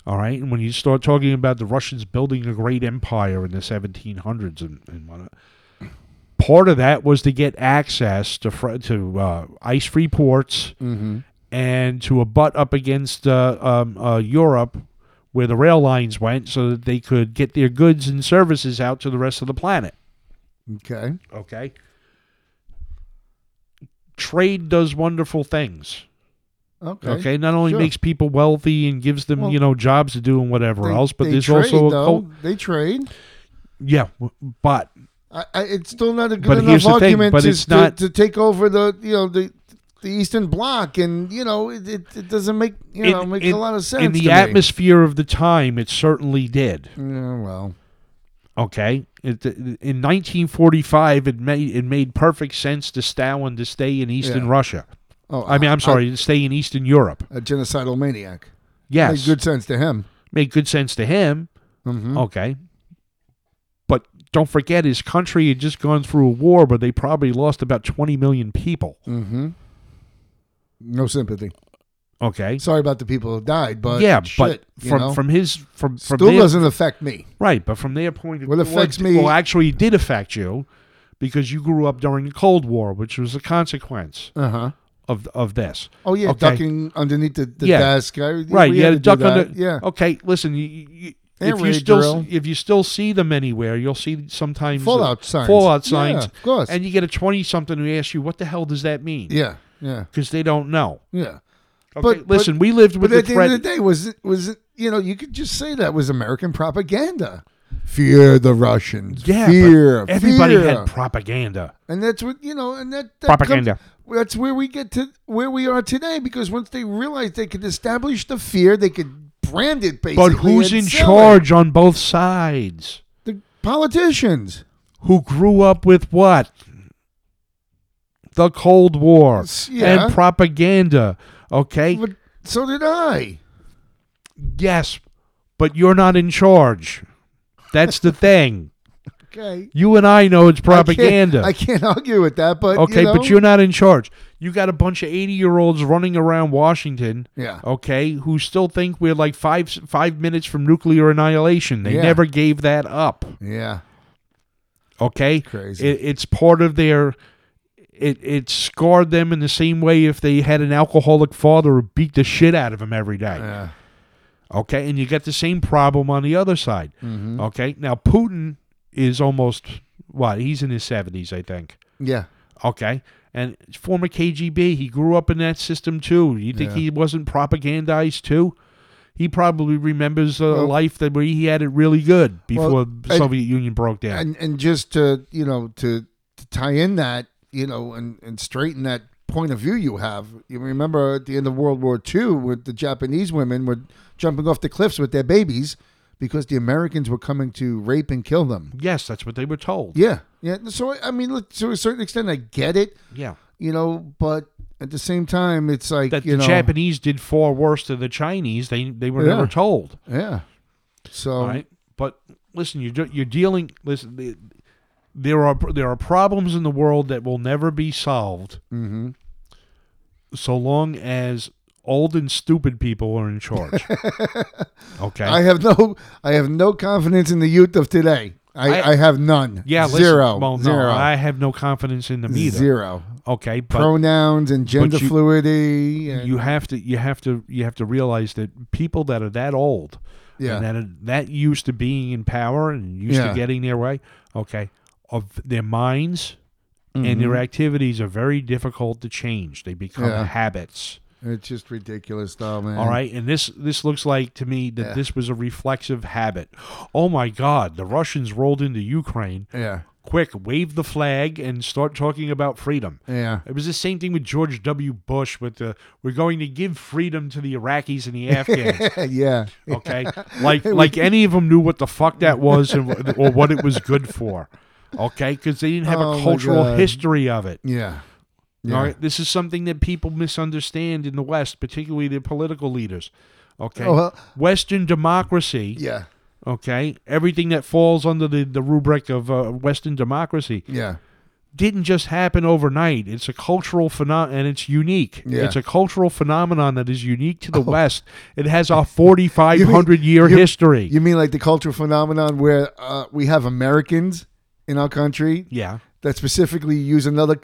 S3: All right. And when you start talking about the Russians building a great empire in the 1700s and, and what, part of that was to get access to fr- to uh, ice free ports
S2: Mm-hmm.
S3: and to a butt up against uh, um, uh, Europe where the rail lines went so that they could get their goods and services out to the rest of the planet.
S2: Okay.
S3: Okay. trade does wonderful things.
S2: Okay.
S3: Okay, not only
S2: sure.
S3: makes people wealthy and gives them
S2: Well,
S3: you know jobs to do and whatever
S2: They-
S3: else, but
S2: they
S3: there's
S2: trade,
S3: also a
S2: though.
S3: cult.
S2: they trade.
S3: Yeah, w- but
S2: I, I, it's still not a good
S3: But here's
S2: enough
S3: the thing,
S2: argument
S3: but
S2: to,
S3: it's not-
S2: to, to take over the you know the the Eastern Bloc, and you know it, it, it doesn't make you know
S3: in-
S2: make
S3: in-
S2: a lot of sense.
S3: in the
S2: to me.
S3: atmosphere of the time, it certainly did.
S2: Yeah, well,
S3: Okay, it, in 1945, it made it made perfect sense to Stalin to stay in Eastern
S2: Yeah.
S3: Russia.
S2: oh,
S3: I mean, I'm sorry, to stay in Eastern Europe.
S2: a genocidal maniac.
S3: Yes,
S2: Made good sense to him.
S3: made good sense to him.
S2: hmm
S3: Okay. But don't forget, his country had just gone through a war, but they probably lost about 20 million people.
S2: hmm No sympathy.
S3: Okay.
S2: Sorry about the people who died, but
S3: yeah,
S2: shit,
S3: but
S2: you
S3: from,
S2: know?
S3: from his from from
S2: still
S3: their,
S2: doesn't affect me.
S3: right, but from their point of
S2: Well, it
S3: well,
S2: affects
S3: it-
S2: me-
S3: Well, actually, it did affect you because you grew up during the Cold War, which was a consequence
S2: Uh huh.
S3: of of this.
S2: Oh yeah,
S3: Uh-huh. Okay.
S2: ducking underneath the, the
S3: Yeah.
S2: desk. I,
S3: Right,
S2: we
S3: you
S2: had
S3: had
S2: to
S3: a duck
S2: do that.
S3: under. Oh,
S2: Yeah.
S3: Okay, listen. You, you,
S2: And
S3: if you
S2: raid
S3: still
S2: drill.
S3: if you still see them anywhere, you'll see sometimes uh,
S2: Fallout signs.
S3: fallout signs,
S2: Yeah, of course.
S3: and you get a twenty something who asks you, "What the hell does that mean?"
S2: yeah. Yeah.
S3: because they don't know.
S2: Yeah.
S3: Okay,
S2: But-
S3: listen, we lived with
S2: But
S3: the
S2: at the
S3: threat.
S2: end of the day, was it was it you know you could just say that was American propaganda. Fear the Russians.
S3: yeah, but
S2: fear.
S3: everybody
S2: fear.
S3: had propaganda.
S2: and that's what you know, and that, that
S3: Propaganda.
S2: comes- that's where we get to where we are today because once they realized they could establish the fear, they could brand it basically.
S3: But who's
S2: and
S3: in
S2: sell it.
S3: charge on both sides?
S2: The politicians.
S3: Who grew up with what? The Cold War
S2: S- yeah.
S3: and propaganda. Okay.
S2: But so did I.
S3: yes, but you're not in charge. That's the thing.
S2: Okay.
S3: You and I know it's
S2: I can't-
S3: propaganda.
S2: I can't, argue with that, but
S3: okay,
S2: you know,
S3: but you're not in charge. You got a bunch of 80 year olds running around Washington
S2: yeah.
S3: okay, who still think we're like five five minutes from nuclear annihilation. They
S2: Yeah.
S3: never gave that up.
S2: Yeah.
S3: Okay,
S2: Crazy.
S3: It, it's part of their. It it scarred them in the same way if they had an alcoholic father who beat the shit out of him every day.
S2: Yeah.
S3: Okay, and you get the same problem on the other side.
S2: Mhm.
S3: Okay, now Putin is almost what he's in his seventies, I think.
S2: Yeah.
S3: Okay. And former KGB, he grew up in that system too. You think
S2: Yeah.
S3: he wasn't propagandized too? He probably remembers a
S2: Well-
S3: life that where he had it really good before the
S2: and-
S3: Soviet Union broke down.
S2: and and just to you know to, to tie in that you know and and straighten that point of view you have you remember at the end of world war ii with the japanese women were jumping off the cliffs with their babies because the americans were coming to rape and kill them
S3: yes, that's what they were told.
S2: yeah yeah so i mean look, to a certain extent i get it
S3: Yeah.
S2: you know but at the same time it's like
S3: That
S2: you
S3: the
S2: know
S3: Japanese did far worse than the Chinese. They they were
S2: Yeah.
S3: never told.
S2: yeah so Um,
S3: All right. But listen, you're de- you're dealing listen the- there are there are problems in the world that will never be solved
S2: hmm
S3: so long as old and stupid people are in charge. okay.
S2: i have no i have no confidence in the youth of today I,
S3: I-
S2: I, have none.
S3: Yeah, listen,
S2: zero.
S3: well, no,
S2: zero.
S3: I have no confidence in them either.
S2: Zero.
S3: Okay, but
S2: Pronouns and gender
S3: you-
S2: fluidity. And,
S3: you have to you have to you have to realize that people that are that old
S2: yeah.
S3: and that are that used to being in power and used
S2: Yeah.
S3: to getting their way, okay, of their minds and their activities are very difficult to change. They become
S2: Mm-hmm. Yeah.
S3: habits.
S2: it's just ridiculous, though, man.
S3: All right, and this this looks like to me that
S2: Yeah.
S3: this was a reflexive habit. Oh my God, the Russians rolled into Ukraine.
S2: Yeah.
S3: Quick, wave the flag and start talking about freedom.
S2: Yeah.
S3: It was the same thing with George W. Bush with the we're going to give freedom to the Iraqis and the Afghans.
S2: yeah.
S3: Okay, like like any of them knew what the fuck that was and, or what it was good for. Okay, because they didn't have
S2: Oh,
S3: a
S2: my
S3: cultural
S2: God.
S3: history of it.
S2: Yeah. Yeah.
S3: All right, this is something that people misunderstand in the West, particularly their political leaders. Okay,
S2: Oh, well-
S3: Western democracy.
S2: Yeah.
S3: Okay, everything that falls under the the rubric of uh, Western democracy
S2: Yeah.
S3: didn't just happen overnight. It's a cultural phenomenon, and it's unique.
S2: Yeah. Oh.
S3: It's a cultural phenomenon that is unique to the West. It has a 4,500 year
S2: you-
S3: history.
S2: You mean like the cultural phenomenon where uh, we have Americans in our country
S3: yeah.
S2: that specifically use another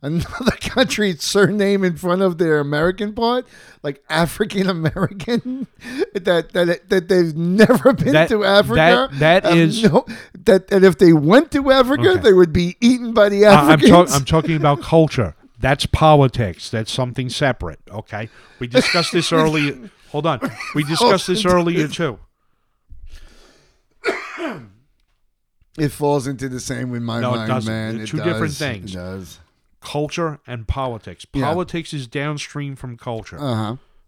S2: another country's surname in front of their American part, like African American, that that that they've never been
S3: That-
S2: to Africa.
S3: that- that
S2: have
S3: is-
S2: no, that, and if they went to Africa,
S3: Okay.
S2: they would be eaten by the
S3: I- I'm,
S2: Africans.
S3: talk- I'm talking about culture. That's politics. That's something separate. Okay. We discussed this earlier. Hold on. We discussed this earlier too.
S2: It falls into the same in my
S3: No, it
S2: mind,
S3: doesn't.
S2: man.
S3: They're
S2: It
S3: two different
S2: does.
S3: things.
S2: It does.
S3: Culture and politics.
S2: Yeah.
S3: Politics is downstream from culture.
S2: Uh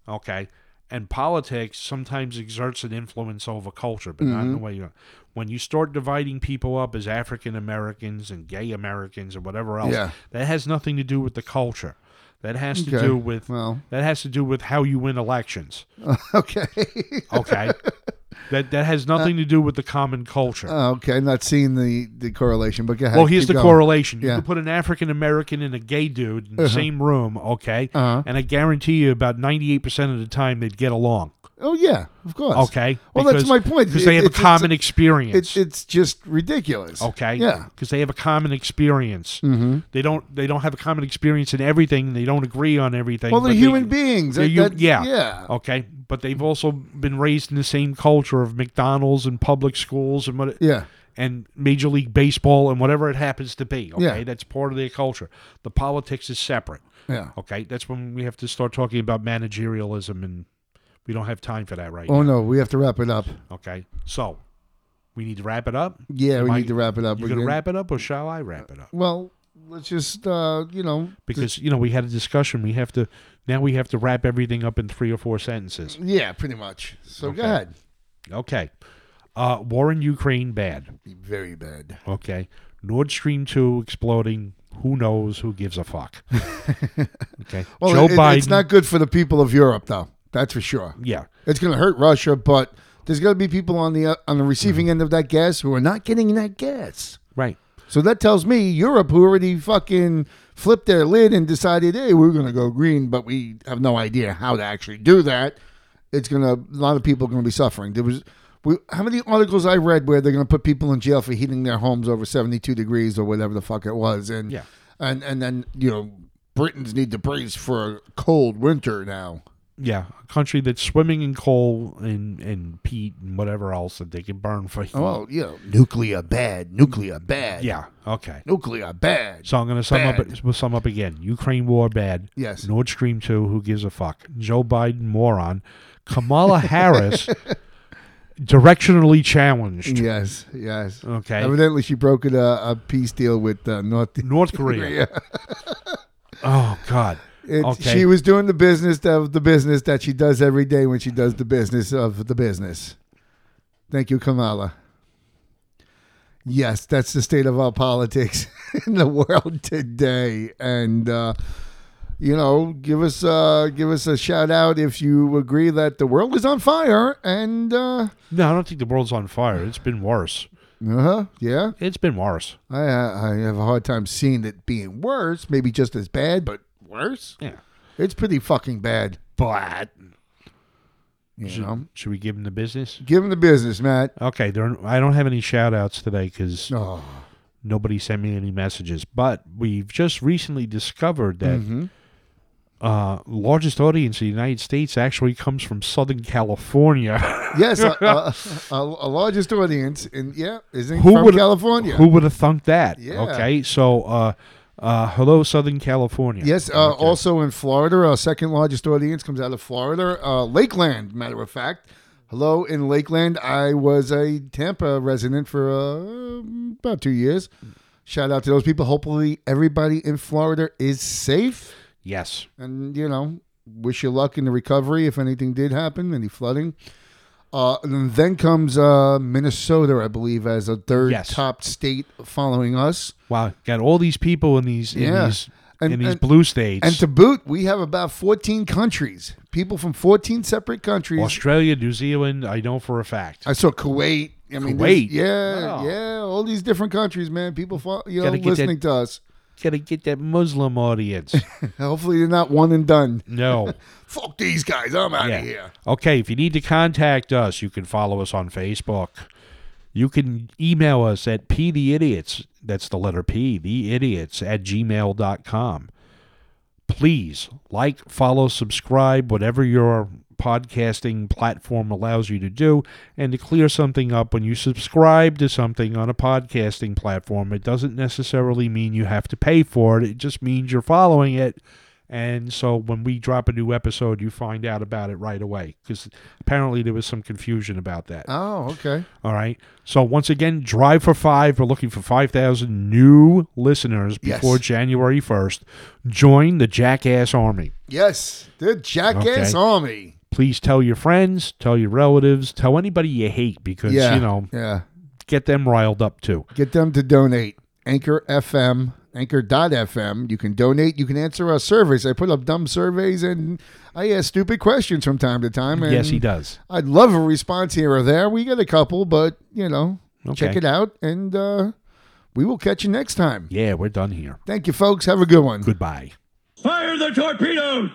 S2: huh.
S3: okay and politics sometimes exerts an influence over culture but not in the
S2: Mm-hmm.
S3: way you when you start dividing people up as african americans and gay americans and whatever else
S2: Yeah.
S3: that has nothing to do with the culture that has to
S2: Okay,
S3: do with
S2: well.
S3: that has to do with how you win elections
S2: Okay.
S3: okay that that has nothing to do with the common culture
S2: okay. Not seeing the the correlation, but go ahead.
S3: well, here's
S2: Uh, keep
S3: the
S2: going.
S3: correlation. You
S2: Yeah.
S3: can put an African American and a gay dude in the same room, okay?
S2: Uh-huh.
S3: And I guarantee you about 98% of the time they'd get along.
S2: Oh yeah, of course.
S3: Okay.
S2: Well, that's my point.
S3: Because they
S2: It-
S3: have a
S2: it's-
S3: common
S2: It's
S3: experience.
S2: it's just ridiculous.
S3: okay.
S2: Yeah.
S3: Because they have a common experience. Mm-hmm. They don't. They don't have a common experience in everything. They don't agree on everything.
S2: Well, they're
S3: but they-
S2: human beings.
S3: they're
S2: That-
S3: hu-
S2: that-
S3: yeah.
S2: Yeah.
S3: Okay. But they've also been raised in the same culture of McDonald's and public schools and what.
S2: Yeah.
S3: And Major League Baseball and whatever it happens to be. Okay.
S2: Yeah.
S3: That's part of their culture. The politics is separate.
S2: Yeah.
S3: Okay. That's when we have to start talking about managerialism, and we don't have time for that right
S2: Oh no, we have to wrap it up.
S3: now. Okay. So we need to wrap it up.
S2: Yeah, we
S3: Mike,
S2: need to wrap it up.
S3: You
S2: We're
S3: gonna
S2: gonna-
S3: wrap it up, or shall I wrap it up?
S2: Well, let's just uh, you know.
S3: Because you know we had a discussion. We have to now we have to wrap everything up in three or four sentences.
S2: Yeah, pretty much. So go ahead.
S3: Okay, uh, war in Ukraine bad.
S2: Very bad.
S3: Okay, Nord Stream two exploding. Who knows? Who gives a fuck? Okay,
S2: Well,
S3: Joe
S2: it-
S3: Biden.
S2: it's not good for the people of Europe, though. That's for sure.
S3: yeah,
S2: It's going to hurt Russia, but there's going to be people on the uh, on the receiving
S3: Mm-hmm.
S2: end of that gas who are not getting that gas.
S3: right.
S2: So that tells me Europe, who already fucking flipped their lid and decided, hey, we're going to go green, but we have no idea how to actually do that. It's going to a lot of people are going to be suffering. There was we, how many articles I read where they're going to put people in jail for heating their homes over seventy two degrees or whatever the fuck it was, and
S3: Yeah.
S2: and and then you know Britons need to brace for a cold winter now.
S3: Yeah, a country that's swimming in coal and and peat and whatever else that they can burn for heat.
S2: Oh, you know, nuclear bad, nuclear bad,
S3: Yeah. Okay.
S2: nuclear bad.
S3: So I'm going to sum
S2: Bad.
S3: up. We'll sum up again. Ukraine war bad.
S2: Yes.
S3: Nord Stream two. Who gives a fuck? Joe Biden moron. Kamala Harris directionally challenged.
S2: Yes, yes.
S3: Okay.
S2: Evidently, she broke it uh, a, a peace deal with uh, North
S3: North Korea.
S2: Korea.
S3: Oh God.
S2: It,
S3: okay.
S2: She was doing the business of the business that she does every day when she does the business of the business. Thank you, Kamala. Yes, that's the state of our politics in the world today, and uh, you know, give us uh, give us a shout out if you agree that the world is on fire, and uh
S3: no, I don't think the world's on fire. It's been worse.
S2: huh, uh-huh, yeah.
S3: It's been worse.
S2: I I have a hard time seeing it being worse. Maybe just as bad, but worse.
S3: Yeah.
S2: It's pretty fucking bad. But you know,
S3: Should we give them the business?
S2: give him the business, Matt.
S3: Okay. There. I don't have any shout outs today because
S2: Oh,
S3: nobody sent me any messages. But we've just recently discovered that
S2: mm-hmm.
S3: uh, largest audience in the United States actually comes from Southern California.
S2: yes, a, a, a, a largest audience, in yeah, isn't he
S3: Who
S2: from
S3: would-
S2: California?
S3: Who would have thunk that?
S2: Yeah.
S3: Okay, so uh, uh, hello, Southern California.
S2: Yes, uh, also in Florida, our second largest audience comes out of Florida, uh, Lakeland. Matter of fact, hello in Lakeland. I was a Tampa resident for uh, about two years. Shout out to those people. Hopefully, everybody in Florida is safe,
S3: Yes.
S2: and you know, wish you luck in the recovery if anything did happen, any flooding. Uh, and then comes uh, Minnesota, I believe, as a third
S3: Yes.
S2: top state following us.
S3: Wow. Got all these people in these in
S2: Yeah.
S3: these
S2: And-
S3: in these
S2: and-
S3: blue states.
S2: And to boot, we have about 14 countries, people from 14 separate countries.
S3: Australia, New Zealand, I know for a fact.
S2: I saw Kuwait. I mean,
S3: Kuwait?
S2: there's- Yeah,
S3: Wow.
S2: yeah, all these different countries, man. People, fo- you know,
S3: Gotta get that-
S2: listening to us.
S3: Gotta get that Muslim audience.
S2: Hopefully, they're not one and done.
S3: no.
S2: Fuck these guys. I'm out
S3: Yeah.
S2: of here.
S3: Okay, if you need to contact us, you can follow us on Facebook. You can email us at p the idiots. That's the letter P, the idiots at gmail.com. Please like, follow, subscribe, whatever your podcasting platform allows you to do. And to clear something up, when you subscribe to something on a podcasting platform, it doesn't necessarily mean you have to pay for it, it just means you're following it. And so when we drop a new episode, you find out about it right away because apparently there was some confusion about that.
S2: Oh, okay.
S3: All right. So once again, Drive for Five. We're looking for five thousand new listeners
S2: Yes.
S3: before January first. Join the Jackass Army.
S2: Yes, the Jackass
S3: Okay.
S2: Army.
S3: Please tell your friends, tell your relatives, tell anybody you hate because
S2: Yeah,
S3: you know
S2: yeah.
S3: get them riled up too.
S2: Get them to donate. Anchor FM, anchor.fm. You can donate. You can answer our surveys. I put up dumb surveys and I ask stupid questions from time to time. And
S3: yes, he does.
S2: I'd love a response here or there. We get a couple, but, you know, check
S3: Okay.
S2: it out. And uh, we will catch you next time.
S3: Yeah, we're done here.
S2: Thank you, folks. Have a good one.
S3: Goodbye.
S1: Fire the torpedoes!